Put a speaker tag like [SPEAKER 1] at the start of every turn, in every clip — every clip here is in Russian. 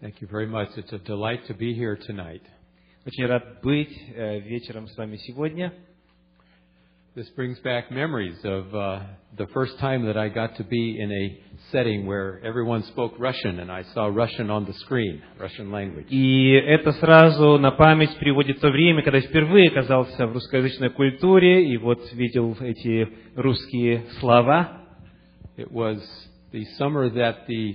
[SPEAKER 1] Thank you very much. It's a delight to be here tonight.
[SPEAKER 2] Очень рад быть э, вечером с вами сегодня.
[SPEAKER 1] This brings back memories of uh, the first time that I got to be in a setting where everyone spoke Russian and I saw Russian on the screen, Russian language.
[SPEAKER 2] И это сразу на память приводится время, когда я впервые оказался в русскоязычной культуре и вот видел эти русские слова.
[SPEAKER 1] It was the summer that the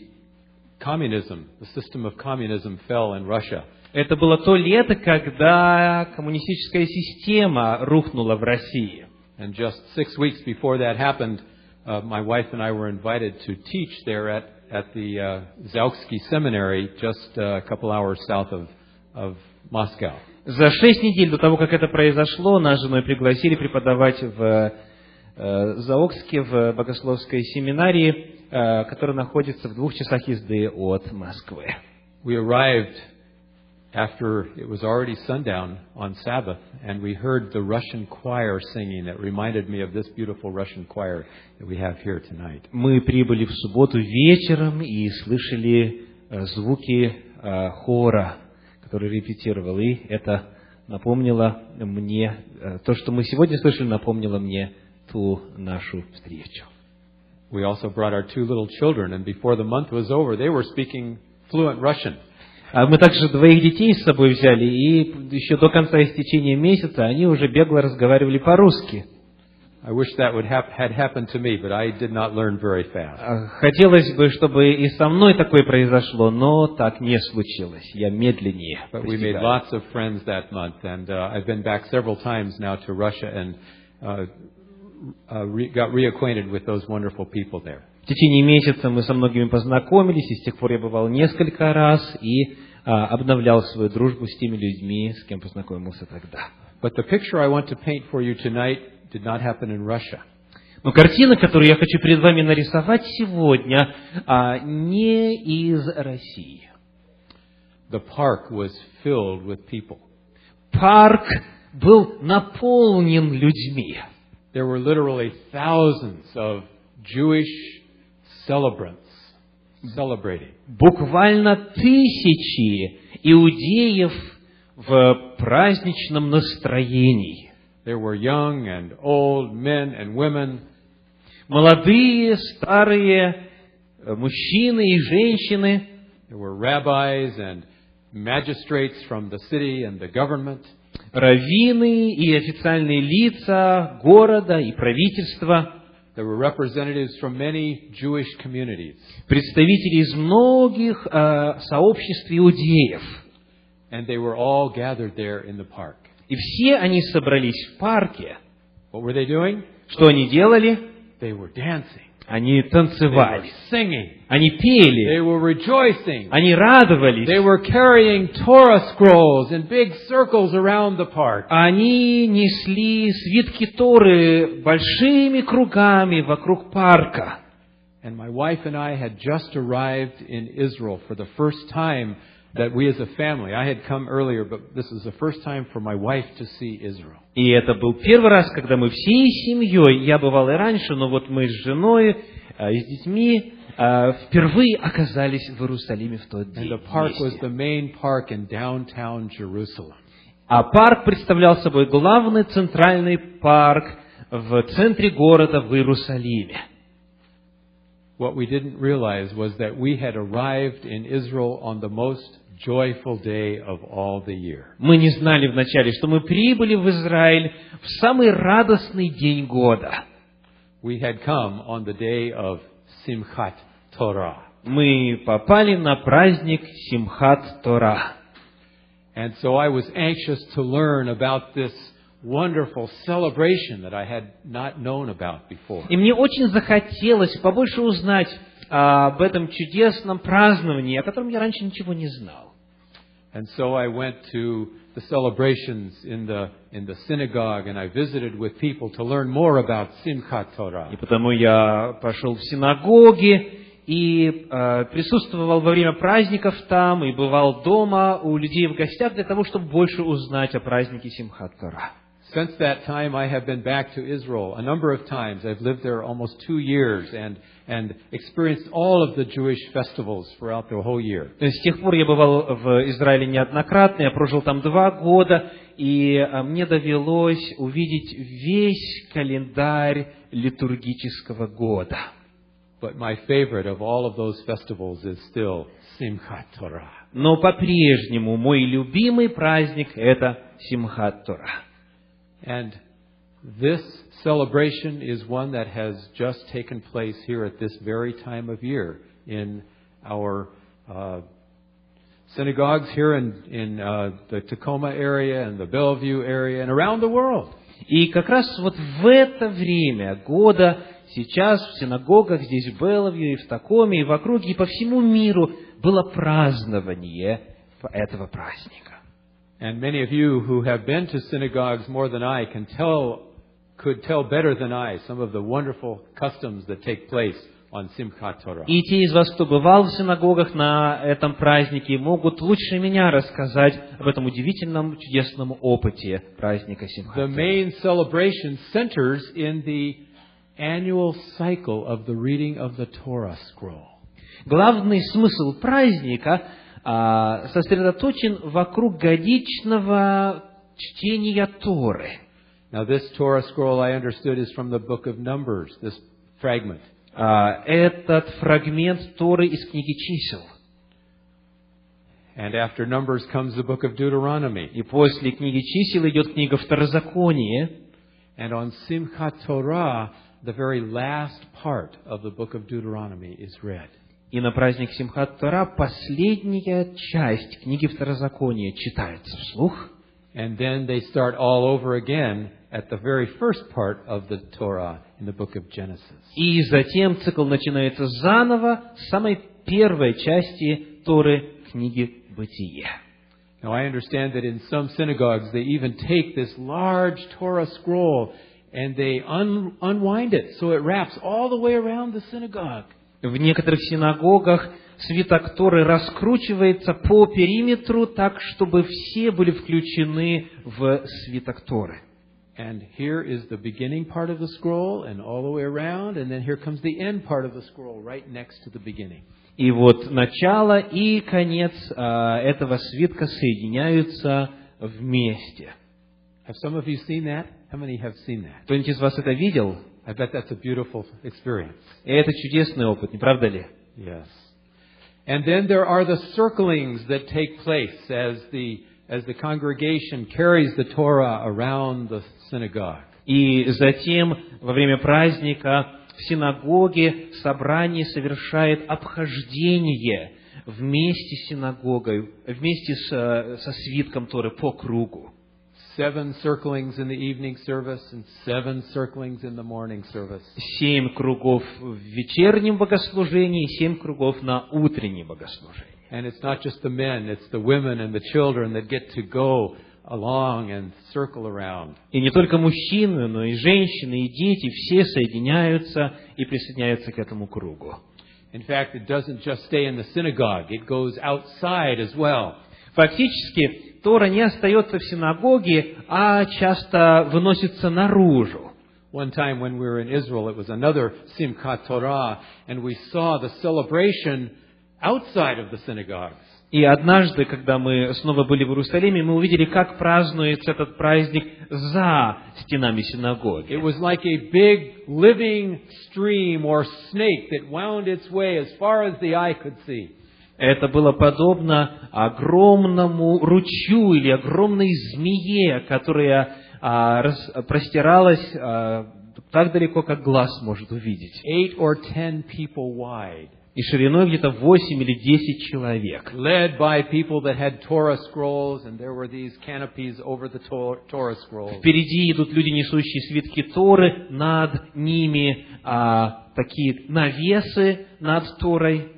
[SPEAKER 1] communism, the system of communism, fell in Russia.
[SPEAKER 2] Это было то лето, когда коммунистическая система рухнула в России.
[SPEAKER 1] And just six weeks before that happened, uh, my wife and I were invited to teach there at, at the uh, Zauksky Seminary, just uh, a couple hours south of, of Moscow.
[SPEAKER 2] За шесть недель до того, как это произошло, нас с женой пригласили преподавать в э, Заокске, в богословской семинарии, э, которая находится в двух часах езды от Москвы.
[SPEAKER 1] We arrived after it was already sundown on Sabbath, and we heard the Russian choir singing that reminded me of this beautiful Russian choir that we have here tonight.
[SPEAKER 2] Мы прибыли в субботу вечером и слышали э, звуки э, хора, который репетировал. И это напомнило мне, э, то, что мы сегодня слышали, напомнило мне ту нашу встречу.
[SPEAKER 1] We also brought our two little children, and before the month was over, they were speaking fluent Russian.
[SPEAKER 2] А мы также двоих детей с собой взяли, и еще до конца истечения месяца они уже бегло разговаривали по-русски.
[SPEAKER 1] I wish that would hap- had happened to me, but I did not learn very fast.
[SPEAKER 2] А, Хотелось бы, чтобы и со мной такое произошло, но так не случилось. Я медленнее.
[SPEAKER 1] But we made
[SPEAKER 2] постигаю.
[SPEAKER 1] lots of friends that month, and uh, I've been back several times now to Russia and uh, uh, re- got reacquainted with those wonderful people there.
[SPEAKER 2] В течение месяца мы со многими познакомились, и с тех пор я бывал несколько раз и а, обновлял свою дружбу с теми людьми, с кем познакомился тогда.
[SPEAKER 1] But the picture I want to paint for you tonight did not happen in Russia.
[SPEAKER 2] Но картина, которую я хочу перед вами нарисовать сегодня, а, не из России.
[SPEAKER 1] The park was filled with people.
[SPEAKER 2] Парк был наполнен людьми.
[SPEAKER 1] There were literally thousands of Jewish celebrants celebrating.
[SPEAKER 2] Буквально тысячи иудеев в праздничном настроении.
[SPEAKER 1] There were young and old men and women
[SPEAKER 2] Молодые, старые, э, мужчины и женщины –
[SPEAKER 1] There were rabbis and magistrates from the city and the government.
[SPEAKER 2] раввины и официальные лица города и правительства,
[SPEAKER 1] There were representatives from many Jewish communities.
[SPEAKER 2] представители из многих э, сообществ иудеев.
[SPEAKER 1] And they were all gathered there in the park.
[SPEAKER 2] И все они собрались в парке.
[SPEAKER 1] What were they doing?
[SPEAKER 2] Что они делали?
[SPEAKER 1] They were dancing.
[SPEAKER 2] Они
[SPEAKER 1] They were
[SPEAKER 2] танцевали,
[SPEAKER 1] singing.
[SPEAKER 2] они
[SPEAKER 1] They
[SPEAKER 2] пели,
[SPEAKER 1] were rejoicing.
[SPEAKER 2] они
[SPEAKER 1] They
[SPEAKER 2] радовались,
[SPEAKER 1] were carrying Torah scrolls in big circles around the park.
[SPEAKER 2] они несли свитки Торы большими кругами вокруг парка.
[SPEAKER 1] And my wife and I had just arrived in Israel for the first time that we as a family, I had come earlier, but this is the first time for my wife to see Israel.
[SPEAKER 2] И это был первый раз, когда мы всей семьей, я бывал и раньше, но вот мы с женой э, и с детьми э, впервые оказались в Иерусалиме в тот день.
[SPEAKER 1] And the park was
[SPEAKER 2] вместе.
[SPEAKER 1] the main park in downtown Jerusalem.
[SPEAKER 2] А парк представлял собой главный центральный парк в центре города в Иерусалиме.
[SPEAKER 1] What we didn't realize was that we had arrived in Israel on the most joyful day of all the year.
[SPEAKER 2] Мы не знали вначале, что мы прибыли в Израиль в самый радостный день года.
[SPEAKER 1] We had come on the day of Simchat Torah.
[SPEAKER 2] Мы попали на праздник Симхат Тора.
[SPEAKER 1] And so I was anxious to learn about this wonderful celebration that I had not known about before.
[SPEAKER 2] И мне очень захотелось побольше узнать а, об этом чудесном праздновании, о котором я раньше ничего не знал.
[SPEAKER 1] And so I went to the celebrations in the, in the synagogue and I visited with people to learn more about Simchat Torah.
[SPEAKER 2] И потому я пошел в синагоги и э, присутствовал во время праздников там, и бывал дома у людей в гостях для того, чтобы больше узнать о празднике Симхат Тора.
[SPEAKER 1] Since that time, I have been back to Israel a number of times. I've lived there almost two years, and, and experienced all of the Jewish festivals throughout the whole year.
[SPEAKER 2] Э, С тех пор я бывал в Израиле неоднократно, я прожил там два года, и э, мне довелось увидеть весь календарь литургического года.
[SPEAKER 1] But my favorite of all of those festivals is still Simchat Torah.
[SPEAKER 2] Но по-прежнему мой любимый праздник – это Симхат Тора.
[SPEAKER 1] And this celebration is one that has just taken place here at this very time of year in our uh, synagogues here in, in uh, the Tacoma area and the Bellevue area and around the world.
[SPEAKER 2] И как раз вот в это время года сейчас в синагогах здесь в Беловью и в Такоме и в округе и по всему миру было празднование этого праздника.
[SPEAKER 1] And many of you who have been to synagogues more than I can tell, could tell better than I some of the wonderful customs that take place on Simchat Torah.
[SPEAKER 2] И те из вас, кто бывал в синагогах на этом празднике, могут лучше меня рассказать об этом удивительном, чудесном опыте праздника
[SPEAKER 1] The
[SPEAKER 2] Симхат.
[SPEAKER 1] main celebration centers in the annual cycle of the reading of the Torah scroll.
[SPEAKER 2] Главный смысл праздника а, сосредоточен вокруг годичного чтения Торы.
[SPEAKER 1] Now, this Torah scroll, I understood, is from the book of Numbers, this fragment.
[SPEAKER 2] А, этот фрагмент Торы из книги чисел.
[SPEAKER 1] And after Numbers comes the book of Deuteronomy.
[SPEAKER 2] И после книги чисел идет книга Второзаконие.
[SPEAKER 1] And on Simchat Torah, the very last part of the book of Deuteronomy is read.
[SPEAKER 2] И на праздник Симхат Тора последняя часть книги Второзакония читается вслух.
[SPEAKER 1] And then they start all over again at the very first part of the Torah in the book of Genesis.
[SPEAKER 2] И затем цикл начинается заново с самой первой части Торы книги Бытие.
[SPEAKER 1] Now, I understand that in some synagogues they even take this large Torah scroll and they un- unwind it so it wraps all the way around the synagogue.
[SPEAKER 2] В некоторых синагогах свиток Торы раскручивается по периметру так, чтобы все были включены в свиток Торы.
[SPEAKER 1] And here is the beginning part of the scroll and all the way around, and then here comes the end part of the scroll right next to the beginning.
[SPEAKER 2] И вот начало и конец а, этого свитка соединяются вместе.
[SPEAKER 1] Have some of you seen that? How many have seen that?
[SPEAKER 2] Кто-нибудь из вас это видел?
[SPEAKER 1] I bet that's a beautiful experience.
[SPEAKER 2] И это чудесный опыт, не правда ли?
[SPEAKER 1] Yes. And then there are the circlings that take place as the, as the congregation carries the Torah around the synagogue.
[SPEAKER 2] И затем во время праздника в синагоге собрание совершает обхождение вместе с синагогой, вместе с, э, со свитком Торы по кругу.
[SPEAKER 1] Seven circlings in the evening service and seven circlings in the morning service.
[SPEAKER 2] Семь кругов в вечернем богослужении, семь кругов на утреннем богослужении.
[SPEAKER 1] And it's not just the men, it's the women and the children that get to go along and circle around.
[SPEAKER 2] И не только мужчины, но и женщины, и дети, все соединяются и присоединяются к этому кругу.
[SPEAKER 1] In fact, it doesn't just stay in the synagogue, it goes outside as well.
[SPEAKER 2] Фактически, Тора не остается в синагоге, а часто выносится наружу.
[SPEAKER 1] One time when we were in Israel, it was another Simchat Torah, and we saw the celebration outside of the synagogues.
[SPEAKER 2] И однажды, когда мы снова были в Иерусалиме, мы увидели, как празднуется этот праздник за стенами
[SPEAKER 1] It
[SPEAKER 2] синагоги.
[SPEAKER 1] was like a big living stream or snake that wound its way as far as the eye could see.
[SPEAKER 2] Это было подобно огромному ручью или огромной змее, которая а, рас- простиралась а, так далеко, как глаз может увидеть.
[SPEAKER 1] Eight or ten people wide,
[SPEAKER 2] И шириной где-то 8 или 10 человек.
[SPEAKER 1] led by people that had Torah scrolls, and there were these canopies over the Tor- Torah scrolls.
[SPEAKER 2] Впереди идут люди, несущие свитки Торы, над ними а, такие навесы над Торой.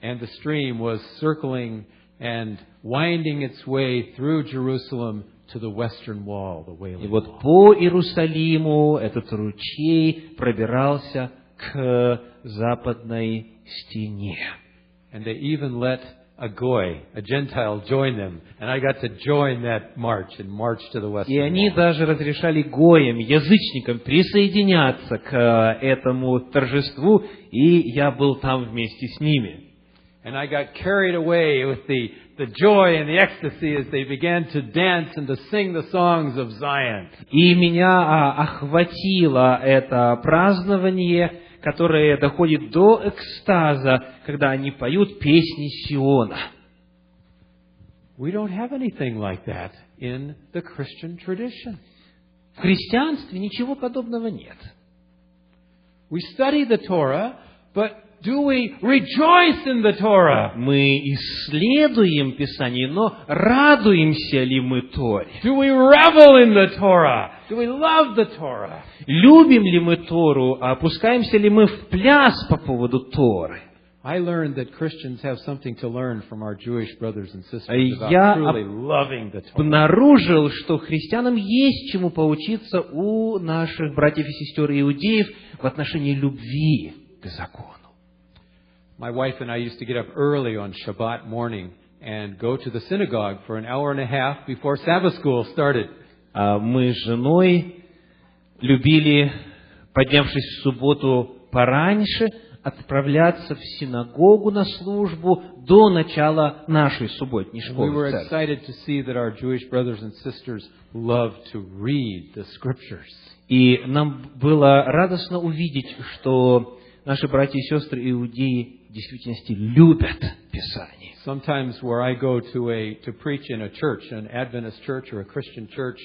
[SPEAKER 1] And the stream was circling and winding its way through Jerusalem to the western wall, the
[SPEAKER 2] И
[SPEAKER 1] Wailing
[SPEAKER 2] вот
[SPEAKER 1] Wall.
[SPEAKER 2] по Иерусалиму этот ручей пробирался к западной стене.
[SPEAKER 1] And they even let a goy, a Gentile, join them, and I got to join that march and march to the
[SPEAKER 2] И
[SPEAKER 1] western
[SPEAKER 2] они
[SPEAKER 1] wall.
[SPEAKER 2] даже разрешали гоям, язычникам присоединяться к э, этому торжеству, и я был там вместе с ними.
[SPEAKER 1] And I got carried away with the, the joy and the ecstasy as they began to dance and to sing the songs of Zion.
[SPEAKER 2] И меня а, охватило это празднование, которое доходит до экстаза, когда они поют песни Сиона.
[SPEAKER 1] We don't have anything like that in the Christian tradition.
[SPEAKER 2] В христианстве ничего подобного нет.
[SPEAKER 1] We study the Torah, but do we rejoice in the Torah?
[SPEAKER 2] А Мы исследуем Писание, но радуемся ли мы Торе?
[SPEAKER 1] Do we revel in the Torah? Do we love the Torah?
[SPEAKER 2] Любим ли мы Тору? Опускаемся ли мы в пляс по поводу Торы?
[SPEAKER 1] I learned that Christians have something to learn from our Jewish brothers and sisters
[SPEAKER 2] Э,
[SPEAKER 1] about
[SPEAKER 2] я
[SPEAKER 1] truly loving the Torah.
[SPEAKER 2] Обнаружил, что христианам есть чему поучиться у наших братьев и сестер иудеев в отношении любви к закону.
[SPEAKER 1] My wife and I used to get up early on Shabbat morning and go to the synagogue for an hour and a half before Sabbath school started.
[SPEAKER 2] А мы с женой любили, поднявшись в субботу пораньше, отправляться в синагогу на службу до начала нашей субботней
[SPEAKER 1] We
[SPEAKER 2] школы.
[SPEAKER 1] were
[SPEAKER 2] в церкви.
[SPEAKER 1] excited to see that our Jewish brothers and sisters love to read the scriptures.
[SPEAKER 2] И нам было радостно увидеть, что наши братья и сестры иудеи в действительности любят Писание.
[SPEAKER 1] Sometimes where I go to a to preach in a church, an Adventist church or a Christian church,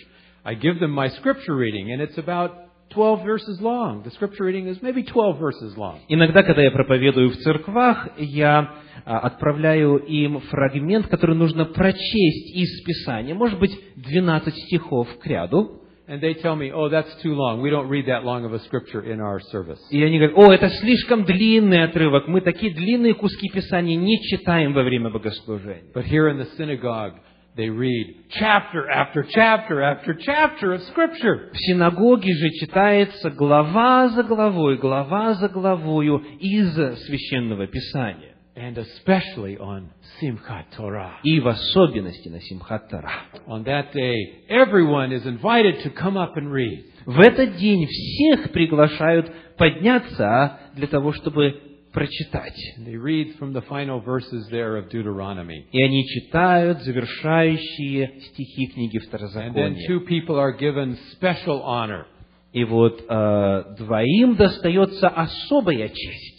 [SPEAKER 1] I give them my scripture reading and it's about 12 verses long. The scripture reading is maybe 12 verses long.
[SPEAKER 2] Иногда, когда я проповедую в церквах, я а, отправляю им фрагмент, который нужно прочесть из Писания, может быть, 12 стихов к ряду.
[SPEAKER 1] And they tell me, "Oh, that's too long. We don't read that long of a scripture in our service."
[SPEAKER 2] И они говорят, о, это слишком длинный отрывок, мы такие длинные куски Писания не читаем во время богослужения.
[SPEAKER 1] But here in the synagogue, they read chapter after chapter after chapter of Scripture.
[SPEAKER 2] В синагоге же читается глава за главой, глава за главою из Священного Писания.
[SPEAKER 1] And especially on Simchat Torah.
[SPEAKER 2] И в особенности на Симхат Тара.
[SPEAKER 1] On that day, everyone is invited to come up and read.
[SPEAKER 2] В этот день всех приглашают подняться а, для того, чтобы прочитать.
[SPEAKER 1] And they read from the final verses there of Deuteronomy.
[SPEAKER 2] И они читают завершающие стихи книги
[SPEAKER 1] And then
[SPEAKER 2] Второзакония.
[SPEAKER 1] two people are given special honor.
[SPEAKER 2] И вот э, двоим достается особая честь.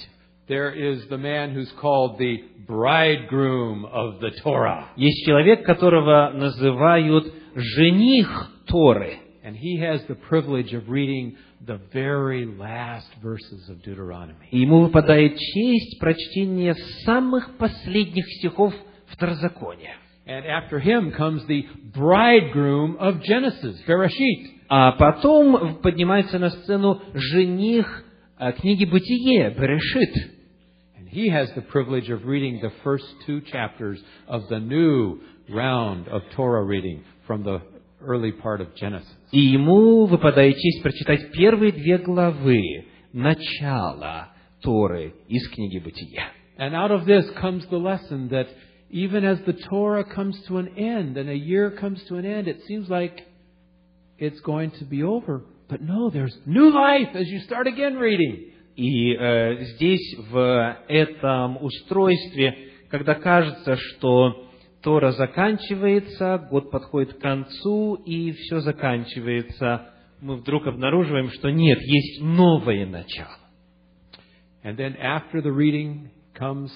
[SPEAKER 1] There is the man who's called the bridegroom of the Torah.
[SPEAKER 2] Есть человек, которого называют жених Торы.
[SPEAKER 1] And he has the privilege of reading the very last verses of Deuteronomy.
[SPEAKER 2] И ему выпадает честь прочтения самых последних стихов Второзакония.
[SPEAKER 1] And after him comes the bridegroom of Genesis, Bereshit.
[SPEAKER 2] А потом поднимается на сцену жених э, книги Бытие, Берешит.
[SPEAKER 1] And he has the privilege of reading the first two chapters of the new round of Torah reading from the early part of Genesis.
[SPEAKER 2] И ему выпадает честь прочитать первые две главы начала Торы из книги Бытия.
[SPEAKER 1] And out of this comes the lesson that even as the Torah comes to an end and a year comes to an end, it seems like it's going to be over. But no, there's new life as you start again reading.
[SPEAKER 2] И э, здесь, в этом устройстве, когда кажется, что Тора заканчивается, год подходит к концу, и все заканчивается, мы вдруг обнаруживаем, что нет, есть новое начало.
[SPEAKER 1] And then after the reading comes,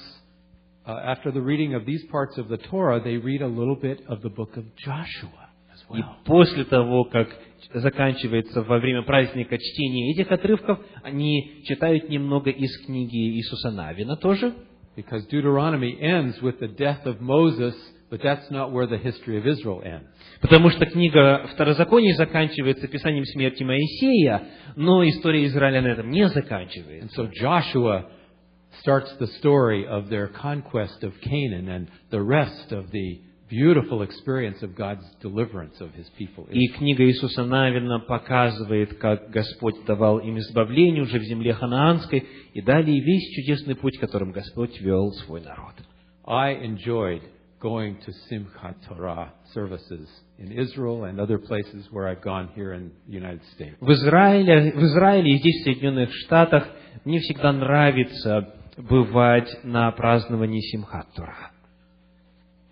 [SPEAKER 1] uh, after the reading of these parts of the Torah, they read a little bit of the book of Joshua as
[SPEAKER 2] И
[SPEAKER 1] well.
[SPEAKER 2] после того, как заканчивается во время праздника чтение этих отрывков, они читают немного из книги Иисуса Навина тоже,
[SPEAKER 1] Because Deuteronomy ends with the death of Moses, but that's not where the history of Israel ends.
[SPEAKER 2] потому что книга Второзакония заканчивается писанием смерти Моисея, но история Израиля на этом не
[SPEAKER 1] And
[SPEAKER 2] заканчивается.
[SPEAKER 1] so Joshua starts the story of their conquest of Canaan and the rest of the beautiful experience of God's deliverance of his people. Israel.
[SPEAKER 2] И книга Иисуса Навина показывает, как Господь давал им избавление уже в земле ханаанской, и далее весь чудесный путь, которым Господь вел свой народ.
[SPEAKER 1] I enjoyed going to Simchat Torah services in Israel and other places where I've gone here in the United States.
[SPEAKER 2] В Израиле, в Израиле и здесь, в Соединенных Штатах, мне всегда нравится бывать на праздновании Симхат Тора.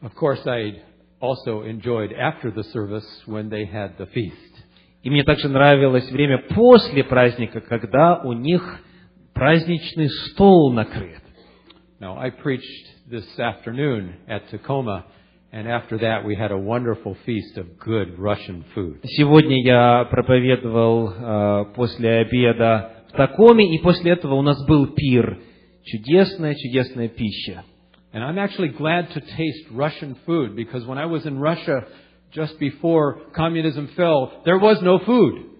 [SPEAKER 1] Of course, I also enjoyed after the service when they had the feast.
[SPEAKER 2] И мне также нравилось время после праздника, когда у них праздничный стол накрыт.
[SPEAKER 1] Now, I preached this afternoon at Tacoma, and after that we had a wonderful feast of good Russian food.
[SPEAKER 2] Сегодня я проповедовал э, после обеда в Такоме, и после этого у нас был пир. Чудесная, чудесная пища.
[SPEAKER 1] And I'm actually glad to taste Russian food because when I was in Russia just before communism fell, there was no food.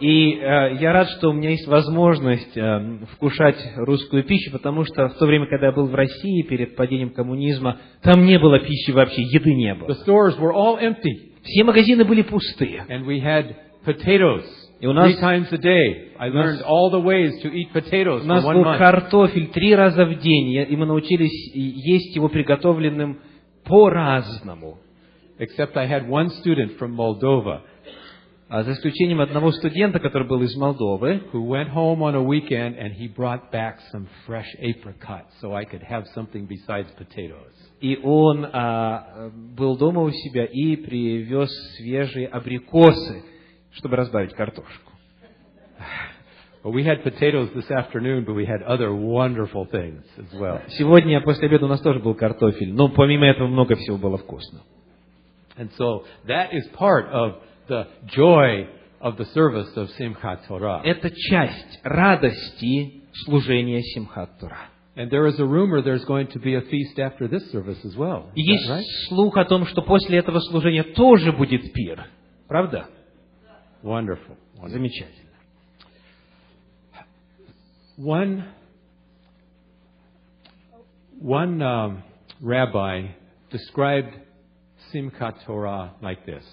[SPEAKER 2] И э, я рад, что у меня есть возможность э, вкушать русскую пищу, потому что в то время, когда я был в России перед падением коммунизма, там не было пищи вообще, еды не
[SPEAKER 1] The
[SPEAKER 2] было.
[SPEAKER 1] stores were all empty,
[SPEAKER 2] Все магазины были пустые.
[SPEAKER 1] and we had potatoes
[SPEAKER 2] И у нас-
[SPEAKER 1] three times a day. I learned all the ways to eat potatoes
[SPEAKER 2] У
[SPEAKER 1] for
[SPEAKER 2] нас
[SPEAKER 1] one
[SPEAKER 2] был
[SPEAKER 1] month.
[SPEAKER 2] картофель три раза в день, я- и мы научились есть его приготовленным по-разному.
[SPEAKER 1] Except I had one student from Moldova
[SPEAKER 2] А за исключением одного студента, который был из Молдовы,
[SPEAKER 1] who went home on a weekend and he brought back some fresh apricots so I could have something besides potatoes.
[SPEAKER 2] и он а, э, был дома у себя и привез свежие абрикосы, чтобы разбавить картошку.
[SPEAKER 1] But we had potatoes this afternoon, but we had other wonderful things as well.
[SPEAKER 2] Сегодня после обеда у нас тоже был картофель, но помимо этого много всего было вкусно.
[SPEAKER 1] And so that is part of the joy of the service of Simchat Torah.
[SPEAKER 2] Это часть радости служения Симхат Тура.
[SPEAKER 1] And there is a rumor there's going to be a feast after this service as well.
[SPEAKER 2] И
[SPEAKER 1] Is that right?
[SPEAKER 2] есть слух о том, что после этого служения тоже будет пир. Правда?
[SPEAKER 1] Wonderful. wonderful.
[SPEAKER 2] Замечательно.
[SPEAKER 1] One, one um, rabbi described Simchat Torah like this.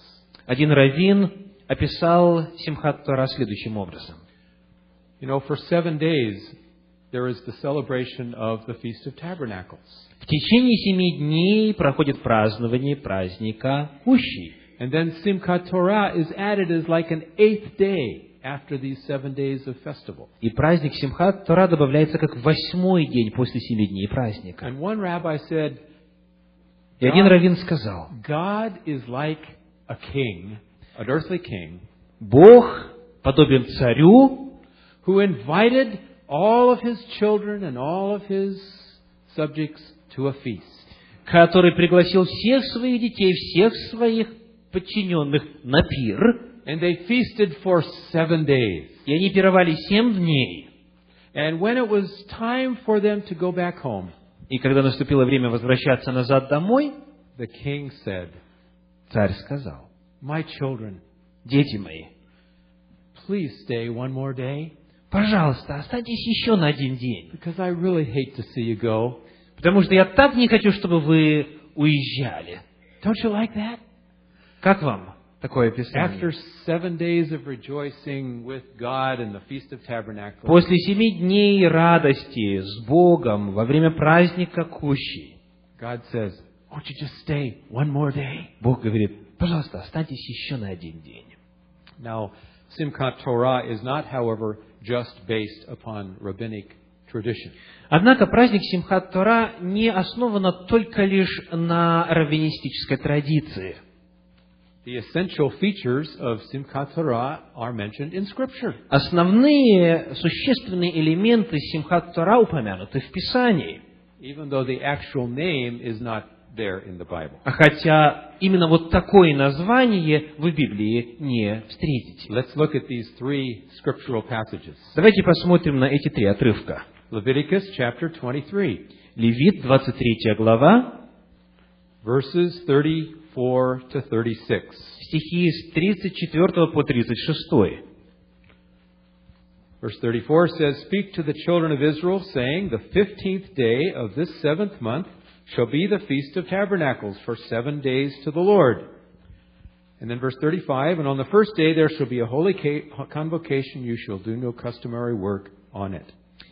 [SPEAKER 2] Один раввин описал Симхат Тора следующим образом.
[SPEAKER 1] You know, for seven days, there is the celebration of the Feast of Tabernacles.
[SPEAKER 2] В течение семи дней проходит празднование праздника Ущи.
[SPEAKER 1] And then Simchat Torah is added as like an eighth day after these seven days of festival.
[SPEAKER 2] И праздник Симхат Тора добавляется как восьмой день после семи дней праздника.
[SPEAKER 1] And one rabbi said,
[SPEAKER 2] И один раввин сказал,
[SPEAKER 1] God is like a king, an earthly king,
[SPEAKER 2] Бог подобен царю,
[SPEAKER 1] who invited all of his children and all of his subjects to a feast.
[SPEAKER 2] который пригласил всех своих детей, всех своих подчиненных на пир,
[SPEAKER 1] And they feasted for seven days.
[SPEAKER 2] и они пировали семь дней.
[SPEAKER 1] And when it was time for them to go back home,
[SPEAKER 2] И когда наступило время возвращаться назад домой,
[SPEAKER 1] the king said,
[SPEAKER 2] царь сказал,
[SPEAKER 1] My children,
[SPEAKER 2] дети мои,
[SPEAKER 1] please stay one more day
[SPEAKER 2] пожалуйста, останьтесь еще на один день.
[SPEAKER 1] because I really hate to see you go.
[SPEAKER 2] Потому что я так не хочу, чтобы вы уезжали.
[SPEAKER 1] Don't you like that?
[SPEAKER 2] Как вам такое описание?
[SPEAKER 1] After seven days of rejoicing with God and the Feast of Tabernacles,
[SPEAKER 2] После семи дней радости с Богом во время праздника Кущи,
[SPEAKER 1] God says, Won't you just stay one more day?
[SPEAKER 2] Бог говорит, пожалуйста, останьтесь еще на один день.
[SPEAKER 1] Now, Simchat Torah is not, however, just based upon rabbinic tradition.
[SPEAKER 2] Однако праздник Симхат Тора не основан только лишь на раввинистической традиции.
[SPEAKER 1] The essential features of Simchat Torah are mentioned in Scripture.
[SPEAKER 2] Основные существенные элементы Симхат Тора упомянуты в Писании.
[SPEAKER 1] even though the actual name is not there in the Bible.
[SPEAKER 2] А хотя именно вот такое название вы в Библии не встретите.
[SPEAKER 1] Let's look at these three scriptural passages.
[SPEAKER 2] Давайте посмотрим на эти три отрывка.
[SPEAKER 1] Leviticus chapter 23,
[SPEAKER 2] Левит, 23 глава,
[SPEAKER 1] verses 34 to 36.
[SPEAKER 2] стихи с 34 по 36.
[SPEAKER 1] Verse 34 says, Speak to the children of Israel, saying, The fifteenth day of this seventh month shall be the Feast of Tabernacles for seven days to the Lord. And then verse 35, And on the first day there shall be a holy ca- convocation, you shall do no customary work on it.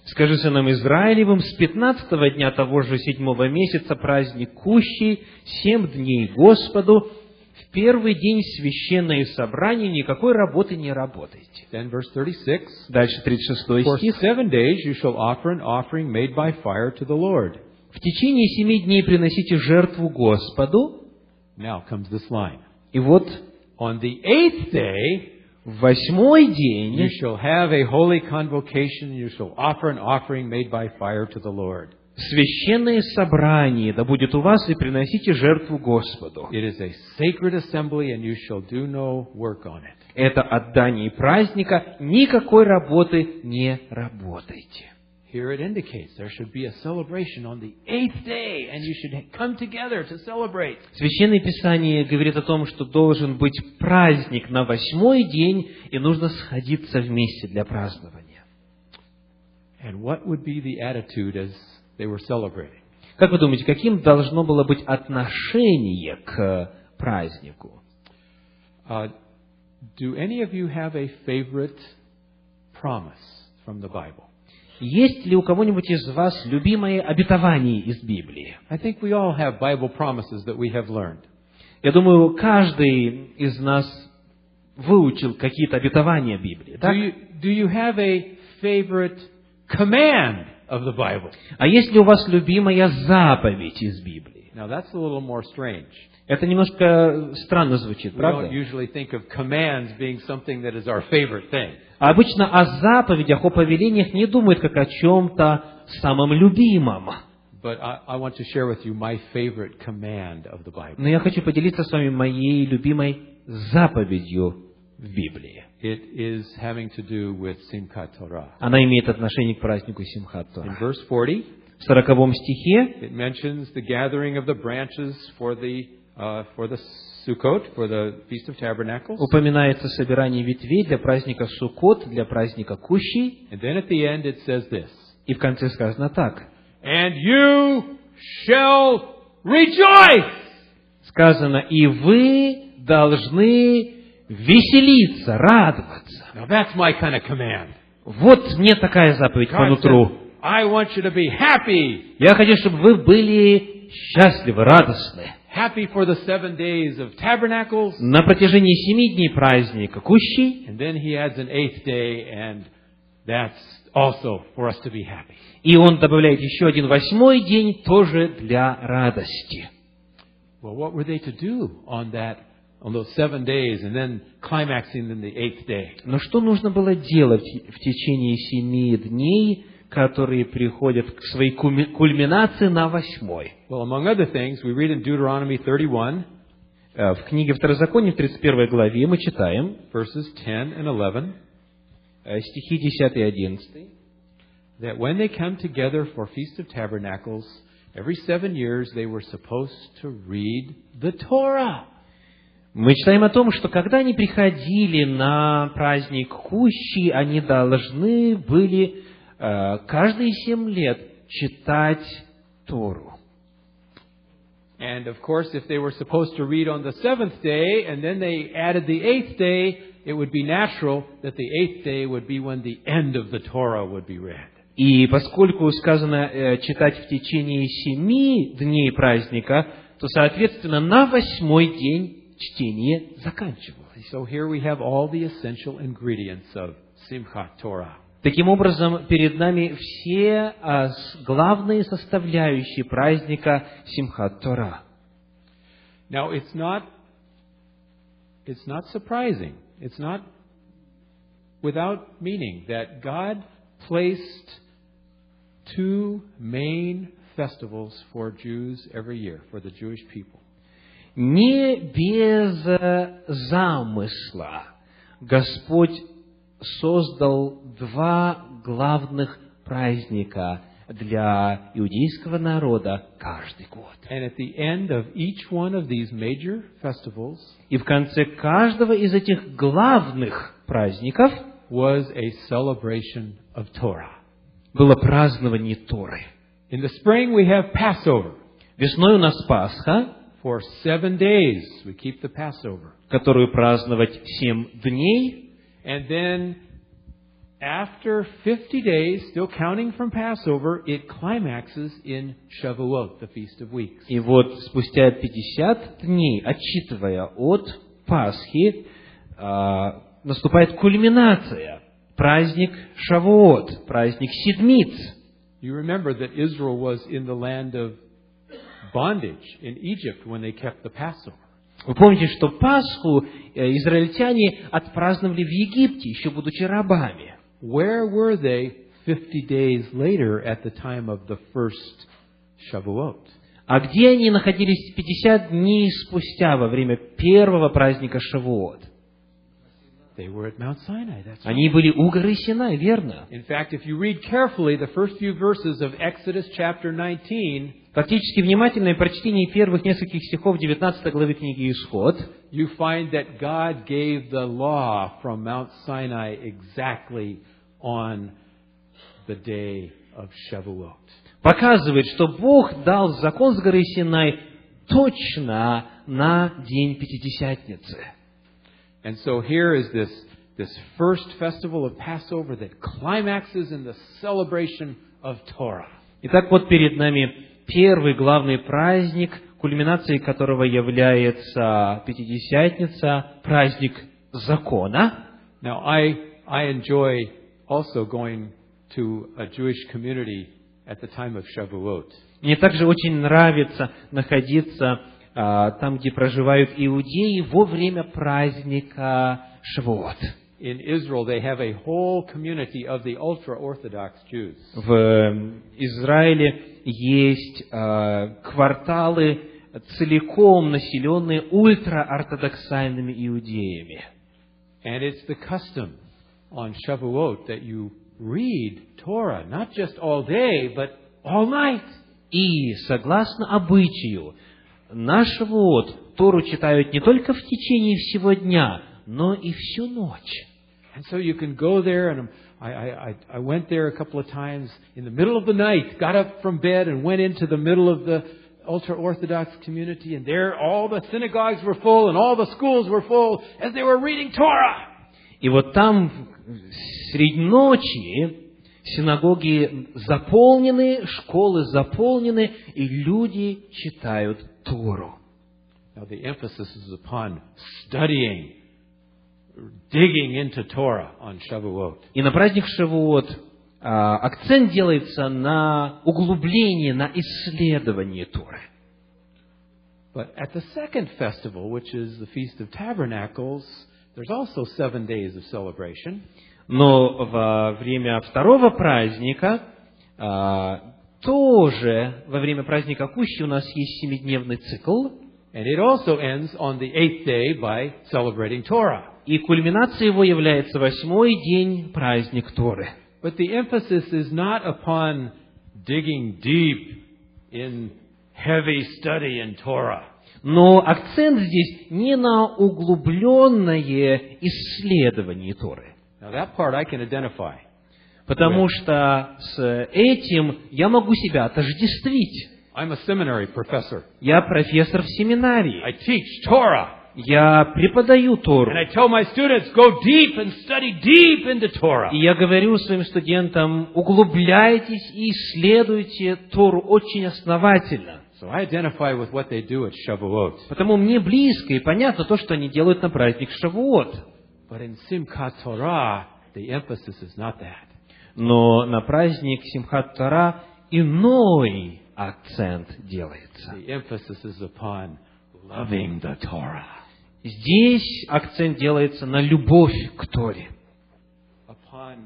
[SPEAKER 2] Скажи сынам Израилевым, с пятнадцатого дня того же седьмого месяца праздник Кущий, семь дней Господу, в первый день священное собрание, никакой работы не работайте.
[SPEAKER 1] Then verse 36.
[SPEAKER 2] Дальше 36
[SPEAKER 1] For
[SPEAKER 2] стих.
[SPEAKER 1] seven days you shall offer an offering made by fire to the Lord.
[SPEAKER 2] В течение семи дней приносите жертву Господу.
[SPEAKER 1] Now comes this line.
[SPEAKER 2] И вот
[SPEAKER 1] On the eighth day
[SPEAKER 2] в восьмой
[SPEAKER 1] you
[SPEAKER 2] день
[SPEAKER 1] shall have a holy convocation. You shall offer an offering made by fire to the Lord.
[SPEAKER 2] священное собрание да будет у вас, и приносите жертву Господу.
[SPEAKER 1] It is a sacred assembly, and you shall do no work on it.
[SPEAKER 2] Это отдание праздника, никакой работы не работайте.
[SPEAKER 1] Here it indicates there should be a celebration on the eighth day, and you should come together to celebrate.
[SPEAKER 2] Священное Писание говорит о том, что должен быть праздник на восьмой день, и нужно сходиться вместе для празднования.
[SPEAKER 1] And what would be the attitude as they were celebrating?
[SPEAKER 2] Как вы думаете, каким должно было быть отношение к празднику?
[SPEAKER 1] Uh, do any of you have a favorite promise from the Bible?
[SPEAKER 2] Есть ли у кого-нибудь из вас любимое обетование из Библии?
[SPEAKER 1] I think we all have Bible promises that we have learned.
[SPEAKER 2] Я думаю, каждый из нас выучил какие-то обетования Библии.
[SPEAKER 1] Do
[SPEAKER 2] так?
[SPEAKER 1] you, do you have a favorite command of the Bible?
[SPEAKER 2] А есть ли у вас любимая заповедь из Библии?
[SPEAKER 1] Now that's a little more strange.
[SPEAKER 2] Это немножко странно звучит,
[SPEAKER 1] We don't
[SPEAKER 2] правда?
[SPEAKER 1] usually think of commands being something that is our favorite thing.
[SPEAKER 2] А Обычно о заповедях, о повелениях не думают как о чем-то самом любимом.
[SPEAKER 1] But I, I want to share with you my favorite command of the Bible.
[SPEAKER 2] Но я хочу поделиться с вами моей любимой заповедью в Библии.
[SPEAKER 1] It is having to do with Simchat Torah.
[SPEAKER 2] Она имеет отношение к празднику Симхат
[SPEAKER 1] In
[SPEAKER 2] Тора.
[SPEAKER 1] verse 40,
[SPEAKER 2] В сороковом стихе
[SPEAKER 1] It mentions the gathering of the branches for the uh, for the Sukkot, for the Feast of Tabernacles,
[SPEAKER 2] упоминается собирание ветвей для праздника Суккот, для праздника Кущей.
[SPEAKER 1] and then at the end it says this:
[SPEAKER 2] И в конце сказано так.
[SPEAKER 1] "And you shall rejoice."
[SPEAKER 2] Сказано, и вы должны веселиться, радоваться.
[SPEAKER 1] Now that's my kind of command.
[SPEAKER 2] Вот мне такая заповедь по
[SPEAKER 1] God
[SPEAKER 2] нутру.
[SPEAKER 1] says, I want you to be happy,
[SPEAKER 2] Я хочу, чтобы вы были счастливы, радостны.
[SPEAKER 1] happy for the seven days of Tabernacles,
[SPEAKER 2] На протяжении семи дней праздника Кущей,
[SPEAKER 1] and then he adds an eighth day, and that's also for us to be happy.
[SPEAKER 2] и он добавляет еще один восьмой день, тоже для радости.
[SPEAKER 1] Well, what were they to do on that, on those seven days, and then climaxing in the eighth day?
[SPEAKER 2] Но что нужно было делать в течение семи дней, которые приходят к своей куми- кульминации на восьмой?
[SPEAKER 1] Well, among other things, we read in Deuteronomy 31,
[SPEAKER 2] Э, В книге Второзакония, в 31 главе, мы читаем
[SPEAKER 1] verses 10 and 11,
[SPEAKER 2] э, стихи 10 и 11.
[SPEAKER 1] that when they come together for Feast of Tabernacles, every seven years they were supposed to read the Torah.
[SPEAKER 2] Мы читаем о том, что когда они приходили на праздник Кущи, они должны были э, каждые семь лет читать Тору.
[SPEAKER 1] And of course, if they were supposed to read on the seventh day and then they added the eighth day, it would be natural that the eighth day would be when the end of the Torah would be read.
[SPEAKER 2] И поскольку сказано э, читать в течение семи дней праздника, то, соответственно, на восьмой день чтение заканчивалось.
[SPEAKER 1] So here we have all the essential ingredients of Simchat Torah.
[SPEAKER 2] Таким образом, перед нами все э, с- главные составляющие праздника Симхат Тора.
[SPEAKER 1] Now it's not it's not surprising. It's not without meaning that God placed two main festivals for Jews every year for the Jewish people.
[SPEAKER 2] Не без э, замысла Господь создал два главных праздника для иудейского народа каждый год.
[SPEAKER 1] And at the end of each one of these major festivals
[SPEAKER 2] И в конце каждого из этих главных праздников
[SPEAKER 1] was a celebration of Torah.
[SPEAKER 2] было празднование Торы.
[SPEAKER 1] In the spring we have Passover.
[SPEAKER 2] Весной у нас Пасха,
[SPEAKER 1] For seven days we keep the Passover.
[SPEAKER 2] которую праздновать семь дней.
[SPEAKER 1] And then after 50 days, still counting from Passover, it climaxes in Shavuot, the Feast of Weeks.
[SPEAKER 2] И вот спустя 50 дней, отчитывая от Пасхи, а, наступает кульминация. Праздник Шавуот, праздник Седмиц.
[SPEAKER 1] You remember that Israel was in the land of bondage in Egypt when they kept the Passover.
[SPEAKER 2] Вы помните, что Пасху э, израильтяне отпраздновали в Египте, еще будучи рабами.
[SPEAKER 1] Where were they 50 days later at the time of the first Shavuot?
[SPEAKER 2] А где они находились 50 дней спустя во время первого праздника Шавуот?
[SPEAKER 1] They were at Mount Sinai. That's right.
[SPEAKER 2] Они были у горы Синай, верно?
[SPEAKER 1] In fact, if you read carefully the first few verses of Exodus chapter 19,
[SPEAKER 2] Практически внимательное прочтение первых нескольких стихов 19 главы книги Исход,
[SPEAKER 1] you find that God gave the law from Mount Sinai exactly on the day of Shavuot.
[SPEAKER 2] показывает, что Бог дал закон с горы Синай точно на день Пятидесятницы.
[SPEAKER 1] And so here is this, this first festival of Passover that climaxes in the celebration of Torah.
[SPEAKER 2] Итак, вот перед нами первый главный праздник, кульминацией которого является Пятидесятница, праздник закона.
[SPEAKER 1] Now, I, I enjoy also going to a Jewish community at the time of Shavuot.
[SPEAKER 2] Мне также очень нравится находиться а, там, где проживают иудеи во время праздника Шавуот.
[SPEAKER 1] In Israel, they have a whole community of the ultra Orthodox Jews.
[SPEAKER 2] В э, Израиле есть а, кварталы, целиком населенные ультраортодоксальными иудеями.
[SPEAKER 1] And it's the custom on Shavuot that you read Torah, not just all day, but all night.
[SPEAKER 2] И, согласно обычаю, нашего вот Тору читают не только в течение всего дня, но и всю ночь.
[SPEAKER 1] And so you can go there, and um, I, I, I- I went there a couple of times in the middle of the night, got up from bed and went into the middle of the ultra Orthodox community, and there all the synagogues were full and all the schools were full as they were reading Torah.
[SPEAKER 2] И вот там среди ночи синагоги заполнены, школы заполнены, и люди читают Тору.
[SPEAKER 1] Now the emphasis is upon studying, digging into Torah on Shavuot.
[SPEAKER 2] И на праздник Шавуот а, акцент делается на углубление, на исследование Торы.
[SPEAKER 1] But at the second festival, which is the Feast of Tabernacles, there's also seven days of celebration.
[SPEAKER 2] Но во время второго праздника а, тоже во время праздника Кущи у нас есть семидневный цикл,
[SPEAKER 1] And it also ends on the eighth day by celebrating Torah.
[SPEAKER 2] и кульминацией его является восьмой день праздник Торы.
[SPEAKER 1] But the emphasis is not upon digging deep in heavy study in Torah.
[SPEAKER 2] Но акцент здесь не на углубленное исследование Торы.
[SPEAKER 1] Now that part I can identify.
[SPEAKER 2] Потому что с этим я могу себя отождествить.
[SPEAKER 1] I'm a seminary professor.
[SPEAKER 2] Я профессор в семинарии.
[SPEAKER 1] I teach Torah.
[SPEAKER 2] Я преподаю Тору.
[SPEAKER 1] And I tell my students, go deep and study deep into Torah.
[SPEAKER 2] И я говорю своим студентам, углубляйтесь и исследуйте Тору очень основательно.
[SPEAKER 1] So I identify with what they do at Shavuot.
[SPEAKER 2] Потому мне близко и понятно то, что они делают на праздник Шавуот.
[SPEAKER 1] But in Simchat Torah, the emphasis is not that.
[SPEAKER 2] Но на праздник Симхат Тора иной акцент делается.
[SPEAKER 1] The emphasis is upon loving the Torah,
[SPEAKER 2] Здесь акцент делается на любовь к Торе.
[SPEAKER 1] upon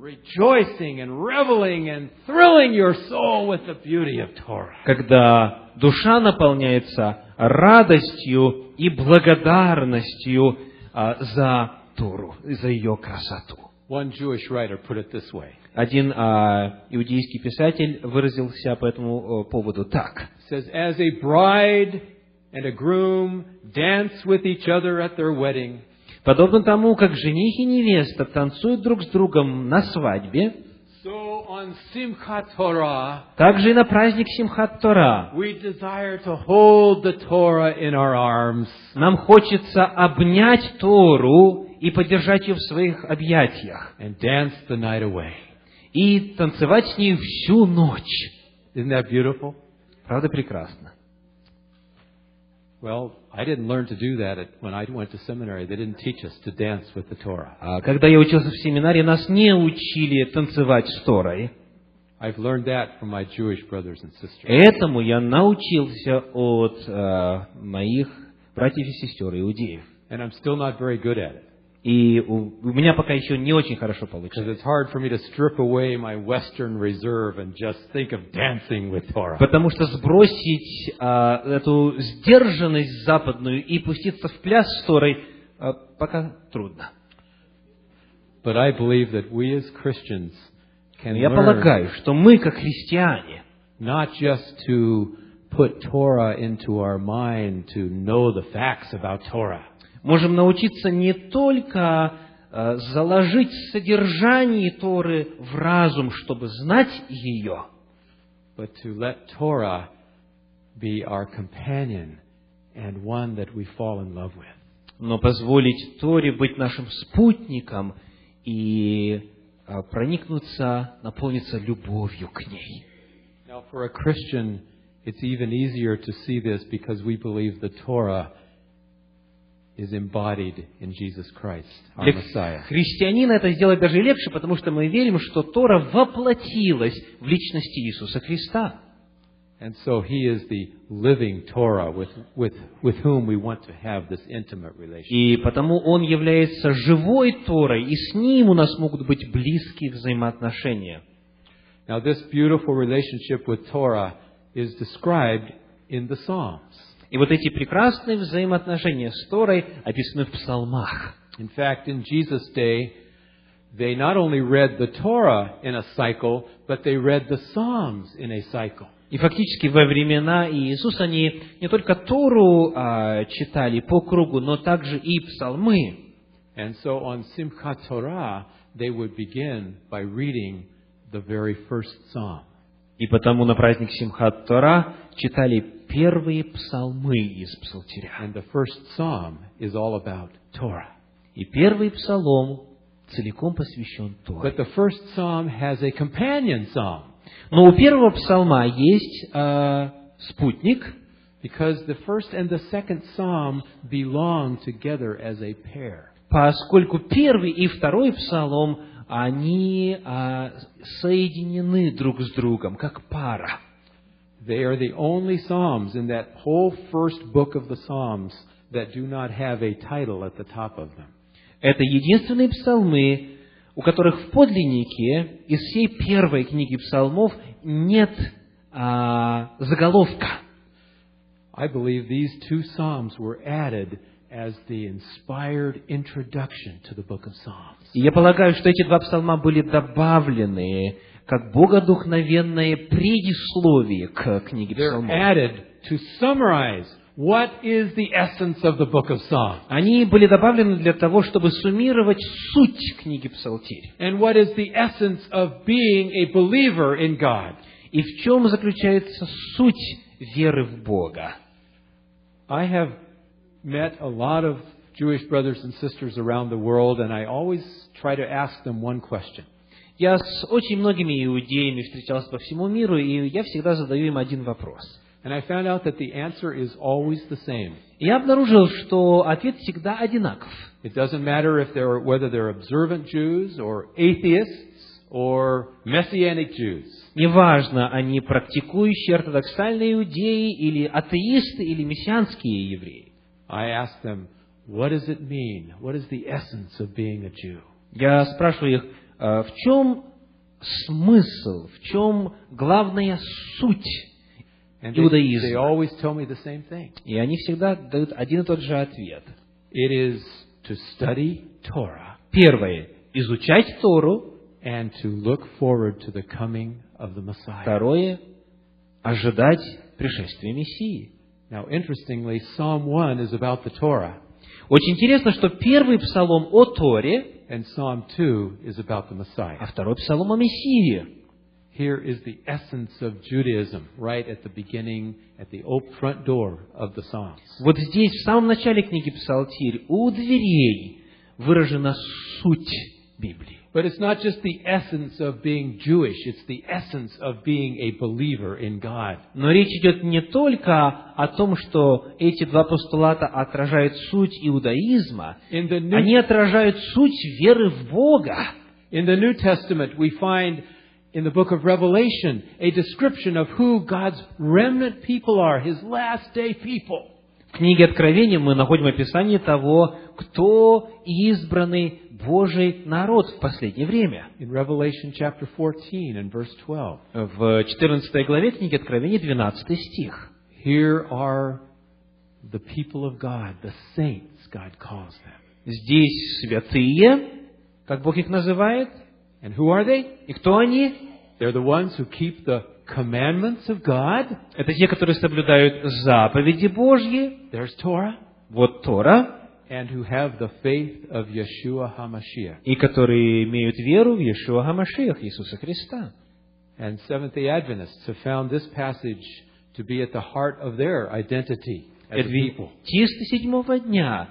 [SPEAKER 1] rejoicing and reveling and thrilling your soul with the beauty of Torah.
[SPEAKER 2] Когда душа наполняется радостью и благодарностью а, за Тору, за ее красоту.
[SPEAKER 1] One Jewish writer put it this way.
[SPEAKER 2] Один а, иудейский писатель выразился по этому э, поводу так.
[SPEAKER 1] It says, as a bride and a groom dance with each other at their wedding,
[SPEAKER 2] Подобно тому, как жених и невеста танцуют друг с другом на свадьбе,
[SPEAKER 1] so on Simchat Torah,
[SPEAKER 2] также и на праздник Симхат Тора
[SPEAKER 1] we desire to hold the Torah in our arms
[SPEAKER 2] нам хочется обнять Тору и поддержать ее в своих объятиях,
[SPEAKER 1] and dance the night away.
[SPEAKER 2] и танцевать с ней всю ночь.
[SPEAKER 1] Isn't that beautiful?
[SPEAKER 2] Правда, прекрасно.
[SPEAKER 1] Well, I didn't learn to do that at, when I went to seminary. They didn't teach us to dance with the Torah.
[SPEAKER 2] А Когда я учился в семинаре, нас не учили танцевать с Торой.
[SPEAKER 1] I've learned that from my Jewish brothers and sisters.
[SPEAKER 2] Этому я научился от э, моих братьев и сестер иудеев.
[SPEAKER 1] And I'm still not very good at it.
[SPEAKER 2] И у, у меня пока еще не очень хорошо
[SPEAKER 1] Because
[SPEAKER 2] получилось.
[SPEAKER 1] it's hard for me to strip away my Western reserve and just think of dancing with Torah.
[SPEAKER 2] Потому что сбросить а, эту сдержанность западную и пуститься в пляс с Торой а, пока трудно.
[SPEAKER 1] But I believe that we as Christians can
[SPEAKER 2] Но я
[SPEAKER 1] learn
[SPEAKER 2] полагаю, что мы, как христиане,
[SPEAKER 1] not just to put Torah into our mind to know the facts about Torah,
[SPEAKER 2] можем научиться не только а, заложить содержание Торы в разум, чтобы знать ее,
[SPEAKER 1] but to let Torah be our companion and one that we fall in love with.
[SPEAKER 2] но позволить Торе быть нашим спутником и а, проникнуться, наполниться любовью к ней.
[SPEAKER 1] Now, for a Christian, it's even easier to see this because we believe the Torah is embodied in Jesus Christ, our
[SPEAKER 2] Для
[SPEAKER 1] Messiah.
[SPEAKER 2] христианина это сделать даже легче, потому что мы верим, что Тора воплотилась в личности Иисуса Христа.
[SPEAKER 1] And so he is the living Torah with, with, with whom we want to have this intimate relationship.
[SPEAKER 2] И потому Он является живой Торой, и с Ним у нас могут быть близкие взаимоотношения.
[SPEAKER 1] Now, this beautiful relationship with Torah is described in the Psalms.
[SPEAKER 2] И вот эти прекрасные взаимоотношения с Торой описаны в псалмах.
[SPEAKER 1] In fact, in Jesus' day, they not only read the Torah in a cycle, but they read the Psalms in a cycle.
[SPEAKER 2] И фактически во времена Иисуса они не только Тору а, читали по кругу, но также и псалмы.
[SPEAKER 1] And so on Simchat Torah, they would begin by reading the very first psalm.
[SPEAKER 2] И потому на праздник Симхат Тора читали первые псалмы из псалтиря.
[SPEAKER 1] And the first psalm is all about Torah.
[SPEAKER 2] И первый псалом целиком посвящен Торе.
[SPEAKER 1] But the first psalm has a companion psalm
[SPEAKER 2] Но у первого псалма есть а, спутник,
[SPEAKER 1] because the first and the second psalm belong together as a pair.
[SPEAKER 2] поскольку первый и второй псалом, они а, соединены друг с другом, как пара.
[SPEAKER 1] They are the only psalms in that whole first book of the psalms that do not have a title at the top of them.
[SPEAKER 2] Это единственные псалмы, у которых в подлиннике из всей первой книги псалмов нет а, заголовка.
[SPEAKER 1] I believe these two Psalms were added as the inspired introduction to the book of Psalms.
[SPEAKER 2] И я полагаю, что эти два псалма были добавлены как богодухновенное предисловие к книге
[SPEAKER 1] They're
[SPEAKER 2] псалмов.
[SPEAKER 1] added to summarize what is the essence of the book of Psalms
[SPEAKER 2] Они были добавлены для того, чтобы суммировать суть книги Псалтирь.
[SPEAKER 1] and what is the essence of being a believer in God.
[SPEAKER 2] И в чем заключается суть веры в Бога?
[SPEAKER 1] I have met a lot of Jewish brothers and sisters around the world, and I always try to ask them one question.
[SPEAKER 2] Я с очень многими иудеями встречался по всему миру, и я всегда задаю им один вопрос.
[SPEAKER 1] And I found out that the answer is always the same.
[SPEAKER 2] И я обнаружил, что ответ всегда одинаков.
[SPEAKER 1] It doesn't matter if they're, whether they're observant Jews or atheists or messianic Jews.
[SPEAKER 2] Неважно, они практикующие ортодоксальные иудеи, или атеисты, или мессианские евреи.
[SPEAKER 1] I ask them, what does it mean? What is the essence of being a Jew?
[SPEAKER 2] Я спрашиваю их, «А в чем смысл, в чем главная суть?
[SPEAKER 1] And
[SPEAKER 2] Judaism.
[SPEAKER 1] they, they always tell me the same thing.
[SPEAKER 2] И они всегда дают один и тот же ответ.
[SPEAKER 1] It is to study Torah
[SPEAKER 2] Первое – изучать Тору.
[SPEAKER 1] and to look forward to the coming of the Messiah.
[SPEAKER 2] Второе – ожидать пришествия Мессии.
[SPEAKER 1] Now, interestingly, Psalm 1 is about the Torah
[SPEAKER 2] Очень интересно, что первый псалом о Торе,
[SPEAKER 1] and Psalm 2 is about the
[SPEAKER 2] а
[SPEAKER 1] Messiah.
[SPEAKER 2] второй псалом о Мессии.
[SPEAKER 1] Here is the essence of Judaism, right at the beginning, at the open front door of the Psalms.
[SPEAKER 2] Вот здесь, в самом начале книги Псалтирь, у дверей выражена суть Библии.
[SPEAKER 1] But it's not just the essence of being Jewish, it's the essence of being a believer in God.
[SPEAKER 2] Но речь идет не только о том, что эти два постулата отражают суть иудаизма,
[SPEAKER 1] In the New,
[SPEAKER 2] они отражают суть веры в Бога.
[SPEAKER 1] in the New Testament, we find in the book of Revelation a description of who God's remnant people are, His last day people.
[SPEAKER 2] В книге Откровения мы находим описание того, кто избранный Божий народ в последнее время.
[SPEAKER 1] In Revelation chapter 14 and verse 12,
[SPEAKER 2] В 14 главе книги Откровения 12 стих.
[SPEAKER 1] here are the people of God, the saints, God calls them.
[SPEAKER 2] Здесь святые, как Бог их называет.
[SPEAKER 1] And who are they?
[SPEAKER 2] И кто они?
[SPEAKER 1] They're the ones who keep the commandments of God.
[SPEAKER 2] Это те, которые соблюдают заповеди Божьи.
[SPEAKER 1] There's Torah.
[SPEAKER 2] Вот Тора.
[SPEAKER 1] and who have the faith of Yeshua HaMashiach.
[SPEAKER 2] И которые имеют веру в Иешуа Гамашиях, Иисуса Христа.
[SPEAKER 1] And Seventh day Adventists have found this passage to be at the heart of their identity as a people.
[SPEAKER 2] Адвентисты седьмого дня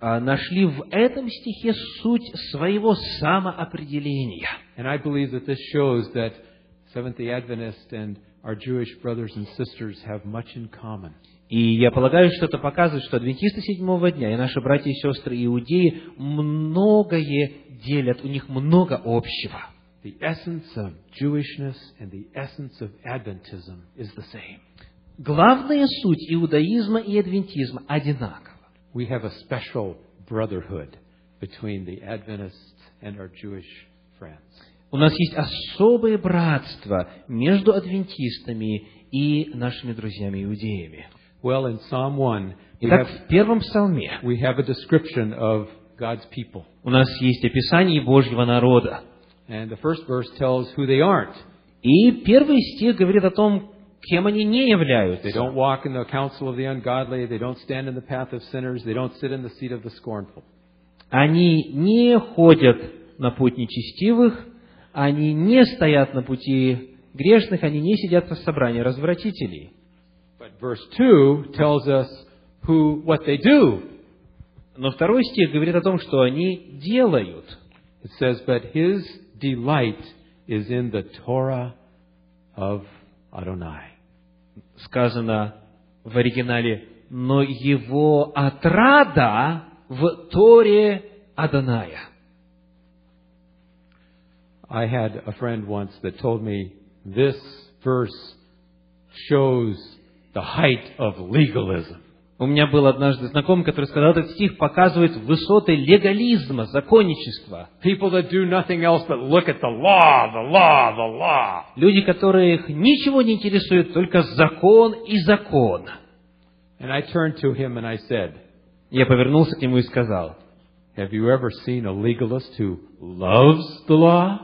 [SPEAKER 2] а, нашли в этом стихе суть своего самоопределения.
[SPEAKER 1] And I believe that this shows that Seventh day Adventists and our Jewish brothers and sisters have much in common.
[SPEAKER 2] И я полагаю, что это показывает, что адвентисты седьмого дня и наши братья и сестры иудеи многое делят, у них много общего.
[SPEAKER 1] The essence of Jewishness and the essence of Adventism is the same.
[SPEAKER 2] Главная суть иудаизма и адвентизма одинакова.
[SPEAKER 1] We have a special brotherhood between the Adventists and our Jewish friends.
[SPEAKER 2] У нас есть особое братство между адвентистами и нашими друзьями-иудеями.
[SPEAKER 1] Well, in Psalm 1, we
[SPEAKER 2] Итак,
[SPEAKER 1] have
[SPEAKER 2] в первом псалме
[SPEAKER 1] we have a description of God's people.
[SPEAKER 2] у нас есть описание Божьего народа.
[SPEAKER 1] And the first verse tells who they aren't.
[SPEAKER 2] И первый стих говорит о том, кем они не являются.
[SPEAKER 1] They don't walk in the counsel of the ungodly. They don't stand in the path of sinners. They don't sit in the seat of the scornful.
[SPEAKER 2] Они не ходят на путь нечестивых, они не стоят на пути грешных, они не сидят в собрании развратителей.
[SPEAKER 1] But verse 2 tells us who, what they do.
[SPEAKER 2] Но второй стих говорит о том, что они делают.
[SPEAKER 1] It says, but his delight is in the Torah of Adonai.
[SPEAKER 2] Сказано в оригинале, но его отрада в Торе Аданая.
[SPEAKER 1] I had a friend once that told me this verse shows the height of legalism.
[SPEAKER 2] У меня был однажды знакомый, который сказал, этот стих показывает высоты легализма, законничества.
[SPEAKER 1] People that do nothing else but look at the law, the law, the law.
[SPEAKER 2] Люди, которых ничего не интересует, только закон и закон.
[SPEAKER 1] And I turned to him and I said,
[SPEAKER 2] Я повернулся к нему и сказал,
[SPEAKER 1] Have you ever seen a legalist who loves the law?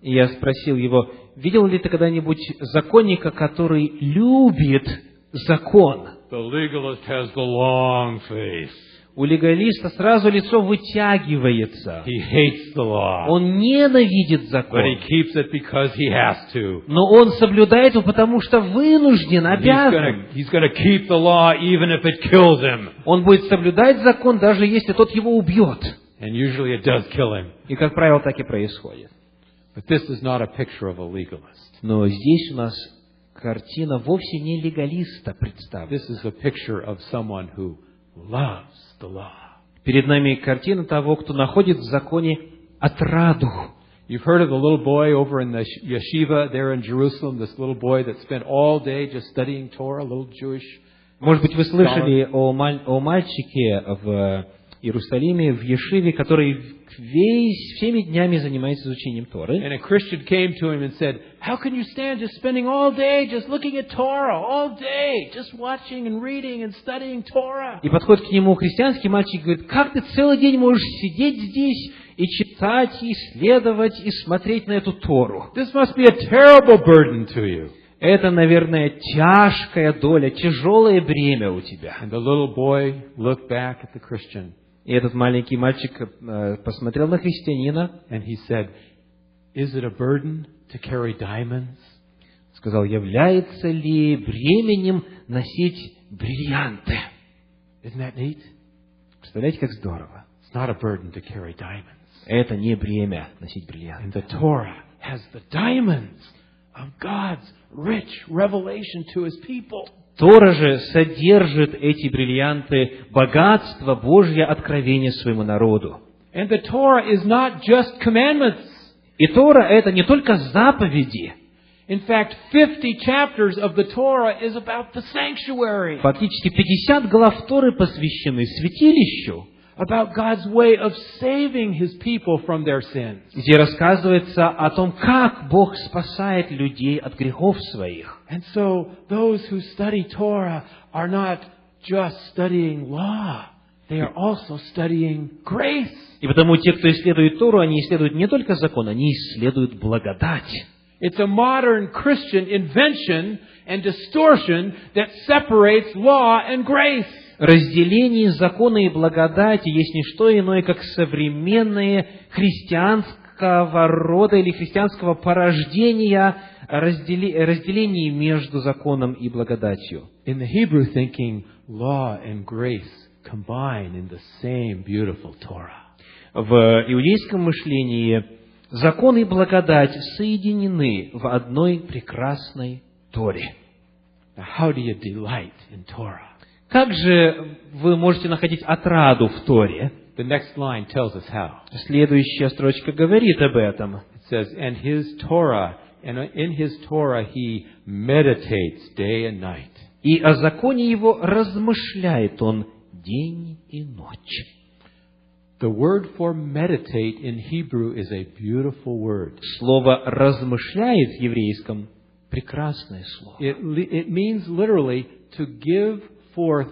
[SPEAKER 2] и я спросил его, видел ли ты когда-нибудь законника, который любит закон?
[SPEAKER 1] The legalist has the long face.
[SPEAKER 2] У легалиста сразу лицо вытягивается.
[SPEAKER 1] He hates the law.
[SPEAKER 2] Он ненавидит
[SPEAKER 1] But he
[SPEAKER 2] закон,
[SPEAKER 1] keeps it because he has to.
[SPEAKER 2] но он соблюдает его, потому что вынужден,
[SPEAKER 1] And
[SPEAKER 2] обязан.
[SPEAKER 1] He's going to keep the law even if it kills him.
[SPEAKER 2] Он будет соблюдать закон, даже если тот его убьет.
[SPEAKER 1] And usually it does kill him.
[SPEAKER 2] И, как правило, так и происходит.
[SPEAKER 1] But this is not a picture of a legalist.
[SPEAKER 2] Но здесь у нас картина вовсе не легалиста представлена.
[SPEAKER 1] This is a picture of someone who loves the law.
[SPEAKER 2] Перед нами картина того, кто находит в законе отраду.
[SPEAKER 1] You've heard of the little boy over in the yeshiva there in Jerusalem, this little boy that spent all day just studying Torah, a little Jewish.
[SPEAKER 2] Может быть, вы слышали о, маль- о мальчике в Иерусалиме, в Ешиве, который весь, всеми днями занимается изучением Торы.
[SPEAKER 1] And a Christian came to him and said, How can you stand just spending all day just looking at Torah, all day, just watching and reading and studying Torah?
[SPEAKER 2] И подходит к нему христианский мальчик и говорит, как ты целый день можешь сидеть здесь и читать, и исследовать, и смотреть на эту Тору?
[SPEAKER 1] This must be a terrible burden to you.
[SPEAKER 2] Это, наверное, тяжкая доля, тяжелое бремя у тебя.
[SPEAKER 1] And the little boy looked back at the Christian
[SPEAKER 2] И этот маленький мальчик э, посмотрел на христианина,
[SPEAKER 1] and he said, Is it a burden to carry diamonds?
[SPEAKER 2] сказал, является ли бременем носить бриллианты?
[SPEAKER 1] Isn't that neat?
[SPEAKER 2] Представляете, как здорово.
[SPEAKER 1] It's It's not a burden to carry diamonds.
[SPEAKER 2] Это не бремя носить бриллиант.
[SPEAKER 1] And the Torah has the diamonds of God's rich revelation to his people.
[SPEAKER 2] Тора же содержит эти бриллианты богатство Божье откровение своему народу.
[SPEAKER 1] And the Torah is not just commandments.
[SPEAKER 2] И Тора это не только заповеди.
[SPEAKER 1] In fact, 50 chapters of the Torah is about the sanctuary,
[SPEAKER 2] Фактически 50 глав Торы посвящены святилищу,
[SPEAKER 1] about God's way of saving his people from their sins,
[SPEAKER 2] где рассказывается о том, как Бог спасает людей от грехов своих.
[SPEAKER 1] And so those who study Torah are not just studying law, they are also studying grace.
[SPEAKER 2] И потому те, кто исследует Тору, они исследуют не только закон, они исследуют благодать.
[SPEAKER 1] It's a modern Christian invention and distortion that separates law and grace.
[SPEAKER 2] Разделение закона и благодати есть не что иное, как современные христианского рода или христианского порождения раздели- разделение между законом и благодатью.
[SPEAKER 1] In the Hebrew thinking, law and grace combine in the same beautiful Torah.
[SPEAKER 2] В иудейском мышлении закон и благодать соединены в одной прекрасной Торе.
[SPEAKER 1] Now, how do you delight in Torah?
[SPEAKER 2] Как же вы можете находить отраду в Торе?
[SPEAKER 1] The next line tells us how.
[SPEAKER 2] Следующая строчка говорит об этом.
[SPEAKER 1] It says, And his Torah, and in his Torah he meditates day and night.
[SPEAKER 2] И о законе его размышляет он день и ночь.
[SPEAKER 1] The word for meditate in Hebrew is a beautiful word.
[SPEAKER 2] Слово «размышляет» в еврейском – прекрасное слово.
[SPEAKER 1] It, li- it means literally to give forth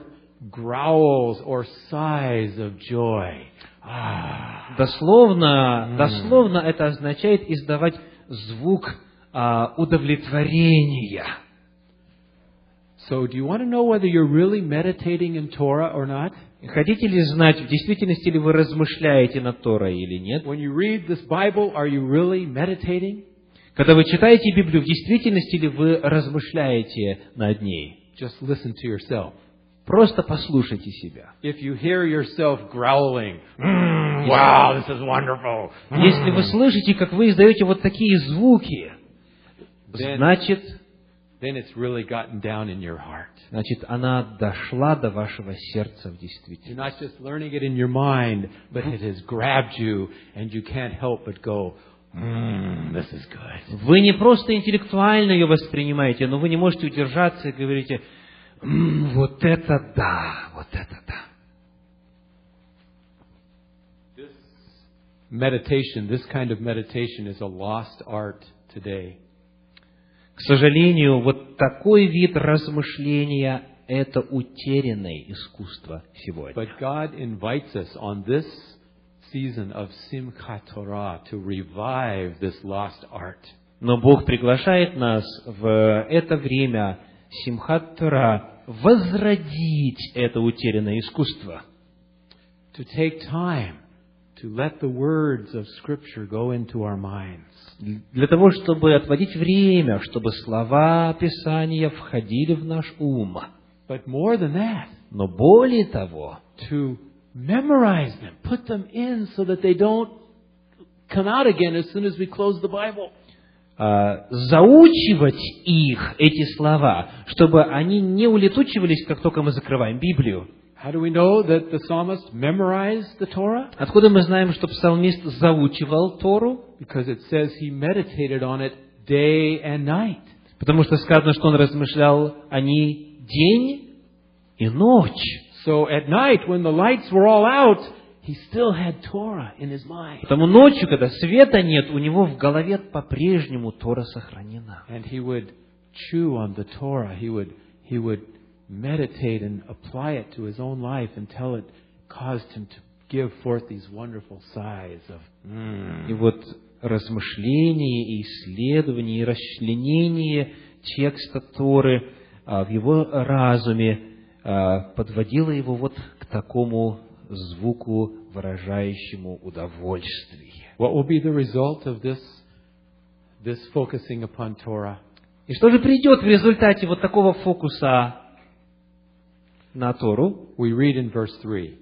[SPEAKER 1] growls or sighs of joy. Ah.
[SPEAKER 2] Дословно, дословно это означает издавать звук а, удовлетворения.
[SPEAKER 1] So, do you want to know whether you're really meditating in Torah or not?
[SPEAKER 2] Хотите ли знать, в действительности ли вы размышляете над Торой или нет?
[SPEAKER 1] When you read this Bible, are you really meditating?
[SPEAKER 2] Когда вы читаете Библию, в действительности ли вы размышляете над ней?
[SPEAKER 1] Just listen to yourself.
[SPEAKER 2] Просто послушайте себя.
[SPEAKER 1] If you hear yourself growling, "Mm, wow, this is wonderful,
[SPEAKER 2] Если вы слышите, как вы издаете вот такие звуки,
[SPEAKER 1] Да.
[SPEAKER 2] значит,
[SPEAKER 1] then it's really gotten down in your heart.
[SPEAKER 2] значит, она дошла до вашего сердца в действительности.
[SPEAKER 1] You're not just learning it in your mind, but it has grabbed you, and you can't help but go, mm, this is good.
[SPEAKER 2] Вы не просто интеллектуально ее воспринимаете, но вы не можете удержаться и говорите, «М, вот это да, вот это да.
[SPEAKER 1] Meditation, this kind of meditation, is a lost art today.
[SPEAKER 2] К сожалению, вот такой вид размышления – это утерянное искусство сегодня.
[SPEAKER 1] But God invites us on this season of Simchat Torah to revive this lost art.
[SPEAKER 2] Но Бог приглашает нас в это время Симхат Тора возродить это утерянное искусство.
[SPEAKER 1] to take time to let the words of Scripture go into our minds.
[SPEAKER 2] Для того, чтобы отводить время, чтобы слова Писания входили в наш ум.
[SPEAKER 1] But more than that,
[SPEAKER 2] Но более того,
[SPEAKER 1] to memorize them, put them in so that they don't come out again as soon as we close the Bible.
[SPEAKER 2] а, заучивать их, эти слова, чтобы они не улетучивались, как только мы закрываем Библию.
[SPEAKER 1] How do we know that the psalmist memorized the Torah?
[SPEAKER 2] Откуда мы знаем, что псалмист заучивал Тору?
[SPEAKER 1] Because it says he meditated on it day and night.
[SPEAKER 2] Потому что сказано, что он размышлял о ней день и ночь.
[SPEAKER 1] So at night, when the lights were all out, he still had Torah in his mind.
[SPEAKER 2] Потому ночью, когда света нет, у него в голове по-прежнему Тора сохранена.
[SPEAKER 1] And he would chew on the Torah. He would, he would meditate and apply it to his own life until it caused him to give forth these wonderful sighs of,
[SPEAKER 2] И вот размышление и исследование, и расчленение текста Торы а, в его разуме а, подводило его вот к такому звуку, выражающему удовольствие.
[SPEAKER 1] What will be the result of this, this focusing upon Torah?
[SPEAKER 2] И что же придет в результате вот такого фокуса на Тору?
[SPEAKER 1] We read in verse 3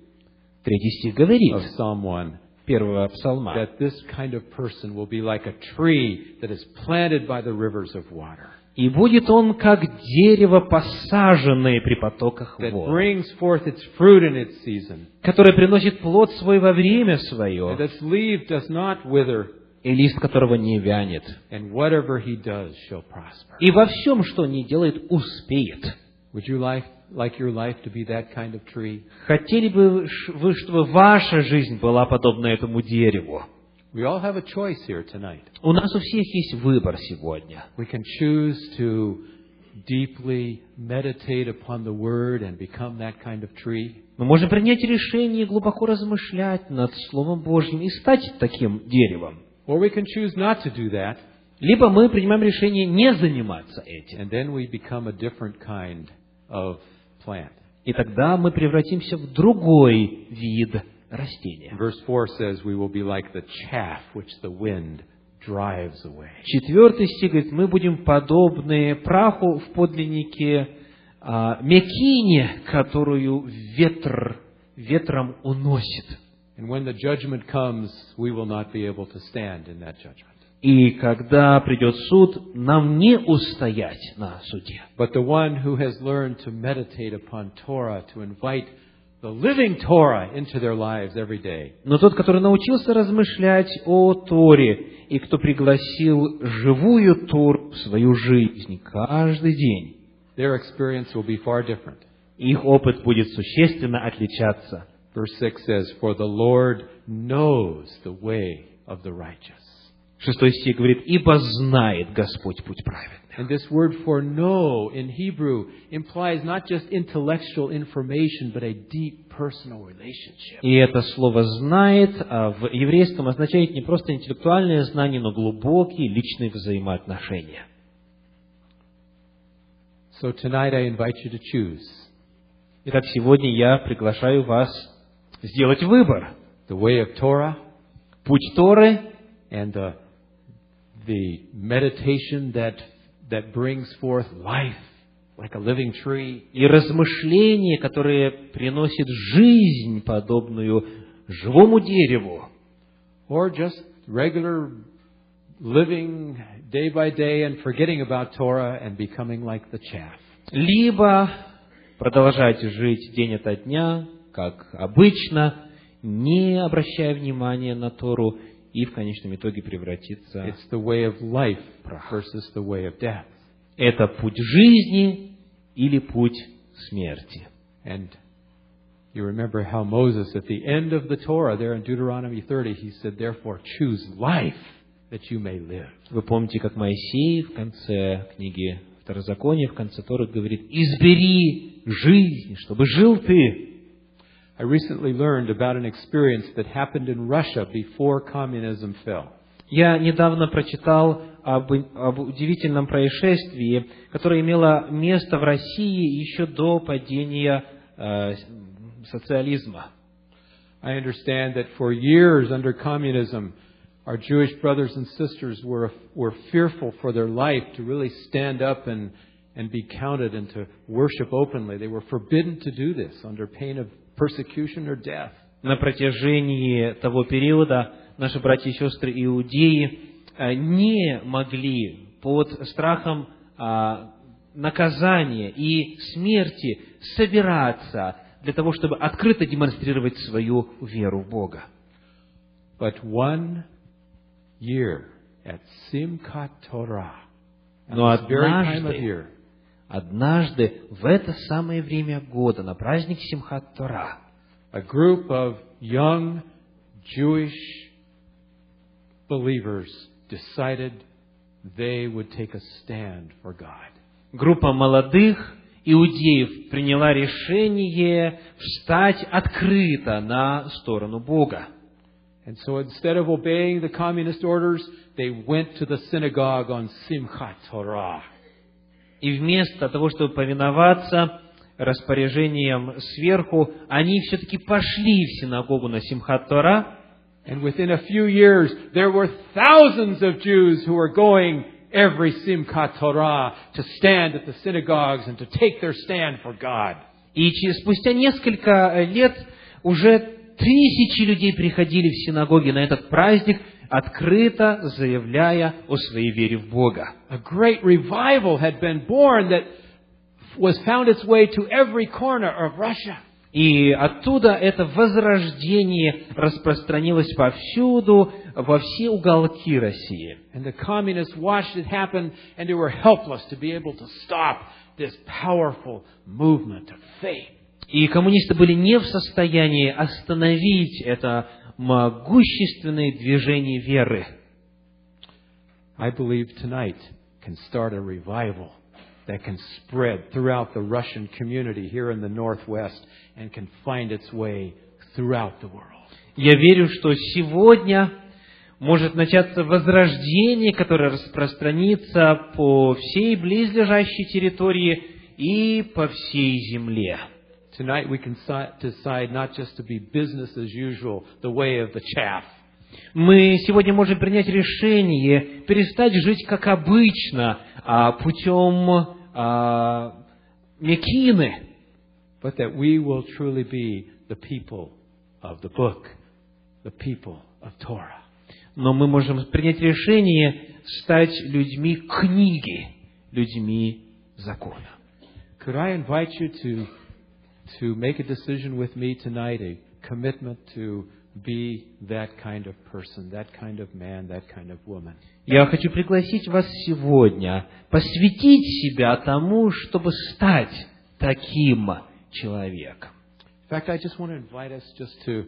[SPEAKER 2] Третий стих
[SPEAKER 1] of
[SPEAKER 2] говорит,
[SPEAKER 1] Psalm 1
[SPEAKER 2] первого псалма,
[SPEAKER 1] that this kind of person will be like a tree that is planted by the rivers of water,
[SPEAKER 2] «И будет он, как дерево, посаженное при потоках
[SPEAKER 1] that
[SPEAKER 2] вод,
[SPEAKER 1] brings forth its fruit in its season,
[SPEAKER 2] которое приносит плод свой во время
[SPEAKER 1] and
[SPEAKER 2] свое,
[SPEAKER 1] its leaf does not wither,
[SPEAKER 2] и лист которого не вянет.
[SPEAKER 1] and whatever he does shall prosper.
[SPEAKER 2] И во всем, что не делает, успеет».
[SPEAKER 1] Would you like, like your life to be that kind of tree?
[SPEAKER 2] Хотели бы ш- вы, чтобы ваша жизнь была подобна этому дереву?
[SPEAKER 1] We all have a choice here tonight.
[SPEAKER 2] У нас у всех есть выбор сегодня.
[SPEAKER 1] We can choose to deeply meditate upon the word and become that kind of tree.
[SPEAKER 2] Мы можем принять решение и глубоко размышлять над Словом Божьим и стать таким деревом.
[SPEAKER 1] Or we can choose not to do that,
[SPEAKER 2] Либо мы принимаем решение не заниматься этим.
[SPEAKER 1] and then we become a different kind of plant.
[SPEAKER 2] И тогда мы превратимся в другой вид растения.
[SPEAKER 1] Verse 4 says, We will be like the chaff which the wind drives away.
[SPEAKER 2] Четвертый стих говорит, мы будем подобны праху в подлиннике а, мекине, которую ветр ветром уносит.
[SPEAKER 1] And when the judgment comes, we will not be able to stand in that judgment.
[SPEAKER 2] И когда придет суд, нам не устоять на суде.
[SPEAKER 1] But the one who has learned to meditate upon Torah, to invite the living Torah into their lives every day,
[SPEAKER 2] Но тот, который научился размышлять о Торе, и кто пригласил живую Тору в свою жизнь каждый день,
[SPEAKER 1] their experience will be far different.
[SPEAKER 2] их опыт будет существенно отличаться.
[SPEAKER 1] Verse 6 says, For the Lord knows the way of the righteous.
[SPEAKER 2] Шестой стих говорит, «Ибо знает Господь путь праведных».
[SPEAKER 1] And this word for know in Hebrew implies not just intellectual information, but a deep personal relationship.
[SPEAKER 2] И это слово «знает» а, в еврейском означает не просто интеллектуальное знание, но глубокие личные взаимоотношения.
[SPEAKER 1] So tonight I invite you to choose
[SPEAKER 2] Итак, сегодня я приглашаю вас сделать выбор.
[SPEAKER 1] the way of Torah
[SPEAKER 2] Путь Торы uh,
[SPEAKER 1] and the, the meditation that, that brings forth life like a living tree.
[SPEAKER 2] и размышления, которые приносят жизнь, подобную живому дереву,
[SPEAKER 1] Or just regular living day by day and forgetting about Torah and becoming like the chaff.
[SPEAKER 2] либо продолжать жить день ото дня, как обычно, не обращая внимания на Тору, и в конечном итоге превратиться.
[SPEAKER 1] It's the way of life versus the way of death.
[SPEAKER 2] Это путь жизни или путь смерти.
[SPEAKER 1] And you remember how Moses, at the end of the Torah, there in Deuteronomy 30, he said, Therefore, choose life that you may live.
[SPEAKER 2] Вы помните, как Моисей в конце книги Второзакония, в конце Торы говорит, «Избери жизнь, чтобы жил ты».
[SPEAKER 1] I recently learned about an experience that happened in Russia before communism fell.
[SPEAKER 2] Я недавно прочитал об, об удивительном происшествии, которое имело место в России еще до падения э, с- м, социализма.
[SPEAKER 1] I understand that for years under communism, our Jewish brothers and sisters were, were fearful for their life to really stand up and, and be counted and to worship openly. They were forbidden to do this under pain of persecution or death.
[SPEAKER 2] На протяжении того периода наши братья и сестры иудеи э, не могли под страхом а, наказания и смерти собираться для того, чтобы открыто демонстрировать свою веру в Бога.
[SPEAKER 1] But one year at Simchat Torah, at
[SPEAKER 2] No,
[SPEAKER 1] this very time of
[SPEAKER 2] однажды.
[SPEAKER 1] year,
[SPEAKER 2] Однажды в это самое время года, на праздник Симхат Тора,
[SPEAKER 1] a group of young Jewish believers decided they would take a stand for God.
[SPEAKER 2] группа молодых иудеев приняла решение встать открыто на сторону Бога.
[SPEAKER 1] And so instead of obeying the communist orders, they went to the synagogue on Simchat Torah.
[SPEAKER 2] И вместо того, чтобы повиноваться распоряжениям сверху, они все-таки пошли в синагогу на Симхат Тора.
[SPEAKER 1] And within a few years, there were thousands of Jews who were going every Simchat Torah to stand at the synagogues and to take their stand for God.
[SPEAKER 2] И че- спустя несколько лет э, уже тысячи людей приходили в синагоги на этот праздник, открыто заявляя о своей вере в Бога.
[SPEAKER 1] A great revival had been born that was found its way to every corner of Russia.
[SPEAKER 2] И оттуда это возрождение распространилось повсюду, во все уголки России.
[SPEAKER 1] And the communists watched it happen and they were helpless to be able to stop this powerful movement of faith.
[SPEAKER 2] И коммунисты были не в состоянии остановить это могущественное движение веры.
[SPEAKER 1] I believe tonight can start a revival that can spread throughout the Russian community here in the Northwest and can find its way throughout the world.
[SPEAKER 2] Я верю, что сегодня может начаться возрождение, которое распространится по всей близлежащей территории и по всей земле.
[SPEAKER 1] Tonight we can si- decide not just to be business as usual, the way of the chaff,
[SPEAKER 2] Мы сегодня можем принять решение перестать жить как обычно, а, путем а, мекины,
[SPEAKER 1] but that we will truly be the people of the book, the people of Torah.
[SPEAKER 2] но мы можем принять решение стать людьми книги, людьми закона.
[SPEAKER 1] Could I invite you to, to make a decision with me tonight, a commitment to be that kind of person, that kind of man, that kind of woman?
[SPEAKER 2] Я хочу пригласить вас сегодня посвятить себя тому, чтобы стать таким человеком.
[SPEAKER 1] In fact, I just want to invite us just to,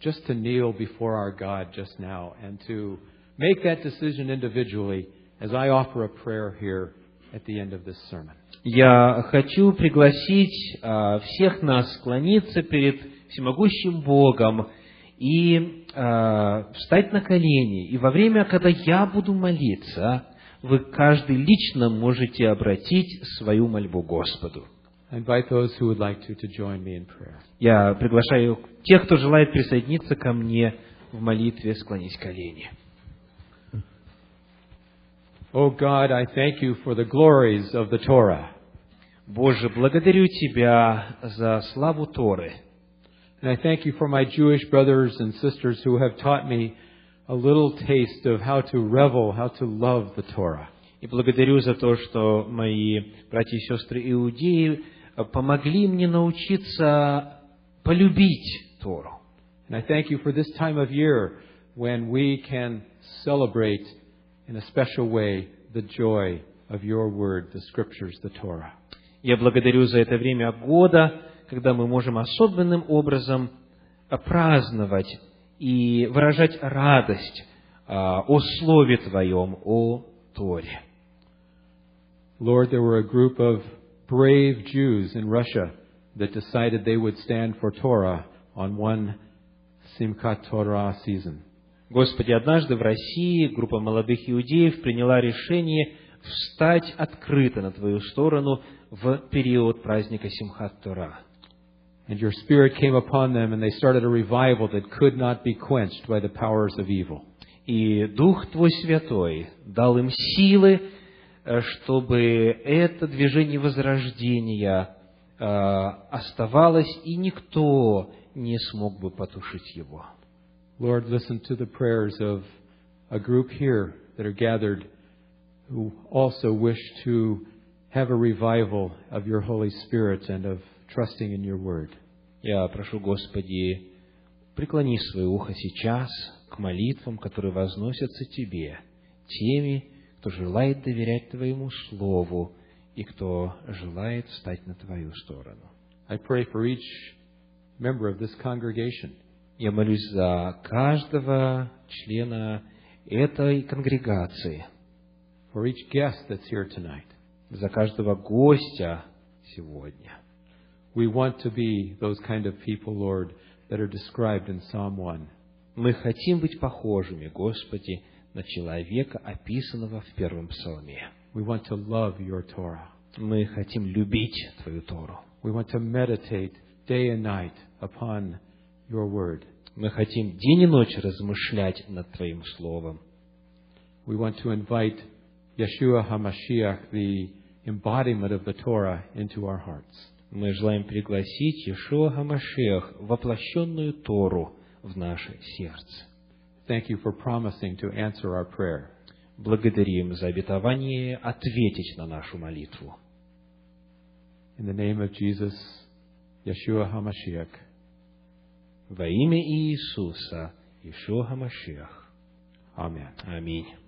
[SPEAKER 1] just to kneel before our God just now and to make that decision individually as I offer a prayer here at the end of this sermon.
[SPEAKER 2] Я хочу пригласить а, всех нас склониться перед всемогущим Богом и а, встать на колени. И во время, когда я буду молиться, вы каждый лично можете обратить свою мольбу Господу.
[SPEAKER 1] I invite those who would like to to join me in prayer.
[SPEAKER 2] Я приглашаю тех, кто желает присоединиться ко мне в молитве, склонить колени.
[SPEAKER 1] Oh God, I thank you for the glories of the Torah.
[SPEAKER 2] Боже, благодарю Тебя за славу Торы.
[SPEAKER 1] And I thank you for my Jewish brothers and sisters who have taught me a little taste of how to revel, how to love the Torah.
[SPEAKER 2] И благодарю за то, что мои братья и сестры иудеи э, помогли мне научиться полюбить Тору.
[SPEAKER 1] And I thank you for this time of year when we can celebrate in a special way the joy of your word, the scriptures, the Torah.
[SPEAKER 2] Я благодарю за это время года, когда мы можем особенным образом э, праздновать и выражать радость э, о Слове Твоем, о Торе.
[SPEAKER 1] Lord, there were a group of brave Jews in Russia that decided they would stand for Torah on one Simchat Torah season.
[SPEAKER 2] Господи, однажды в России группа молодых иудеев приняла решение встать открыто на Твою сторону в период праздника Симхат Тора.
[SPEAKER 1] And your spirit came upon them, and they started a revival that could not be quenched by the powers of evil.
[SPEAKER 2] И Дух Твой Святой дал им силы, э, чтобы это движение возрождения э, оставалось, и никто не смог бы потушить его.
[SPEAKER 1] Lord, listen to the prayers of a group here that are gathered who also wish to have a revival of your Holy Spirit and of trusting in your word.
[SPEAKER 2] Я прошу, Господи, преклони свое ухо сейчас к молитвам, которые возносятся Тебе, теми, кто желает доверять Твоему Слову и кто желает встать на Твою сторону.
[SPEAKER 1] I pray for each member of this congregation
[SPEAKER 2] Я молюсь за каждого члена этой конгрегации,
[SPEAKER 1] for each guest that's here tonight.
[SPEAKER 2] за каждого гостя сегодня.
[SPEAKER 1] We want to be those kind of people, Lord, that are described in Psalm 1.
[SPEAKER 2] Мы хотим быть похожими, Господи, на человека, описанного в первом псалме.
[SPEAKER 1] We want to love your Torah.
[SPEAKER 2] Мы хотим любить Твою Тору.
[SPEAKER 1] We want to meditate day and night upon your word.
[SPEAKER 2] Мы хотим день и ночь размышлять над Твоим Словом.
[SPEAKER 1] We want to invite Yeshua HaMashiach, the embodiment of the Torah, into our hearts.
[SPEAKER 2] мы желаем пригласить Иешуа Гамашех, воплощенную Тору, в наше сердце.
[SPEAKER 1] Thank you for promising to answer our prayer.
[SPEAKER 2] Благодарим за обетование ответить на нашу молитву.
[SPEAKER 1] In the name of Jesus, Yeshua HaMashiach,
[SPEAKER 2] Во имя Иисуса, Иешуа Гамашех.
[SPEAKER 1] Amen.
[SPEAKER 2] Аминь.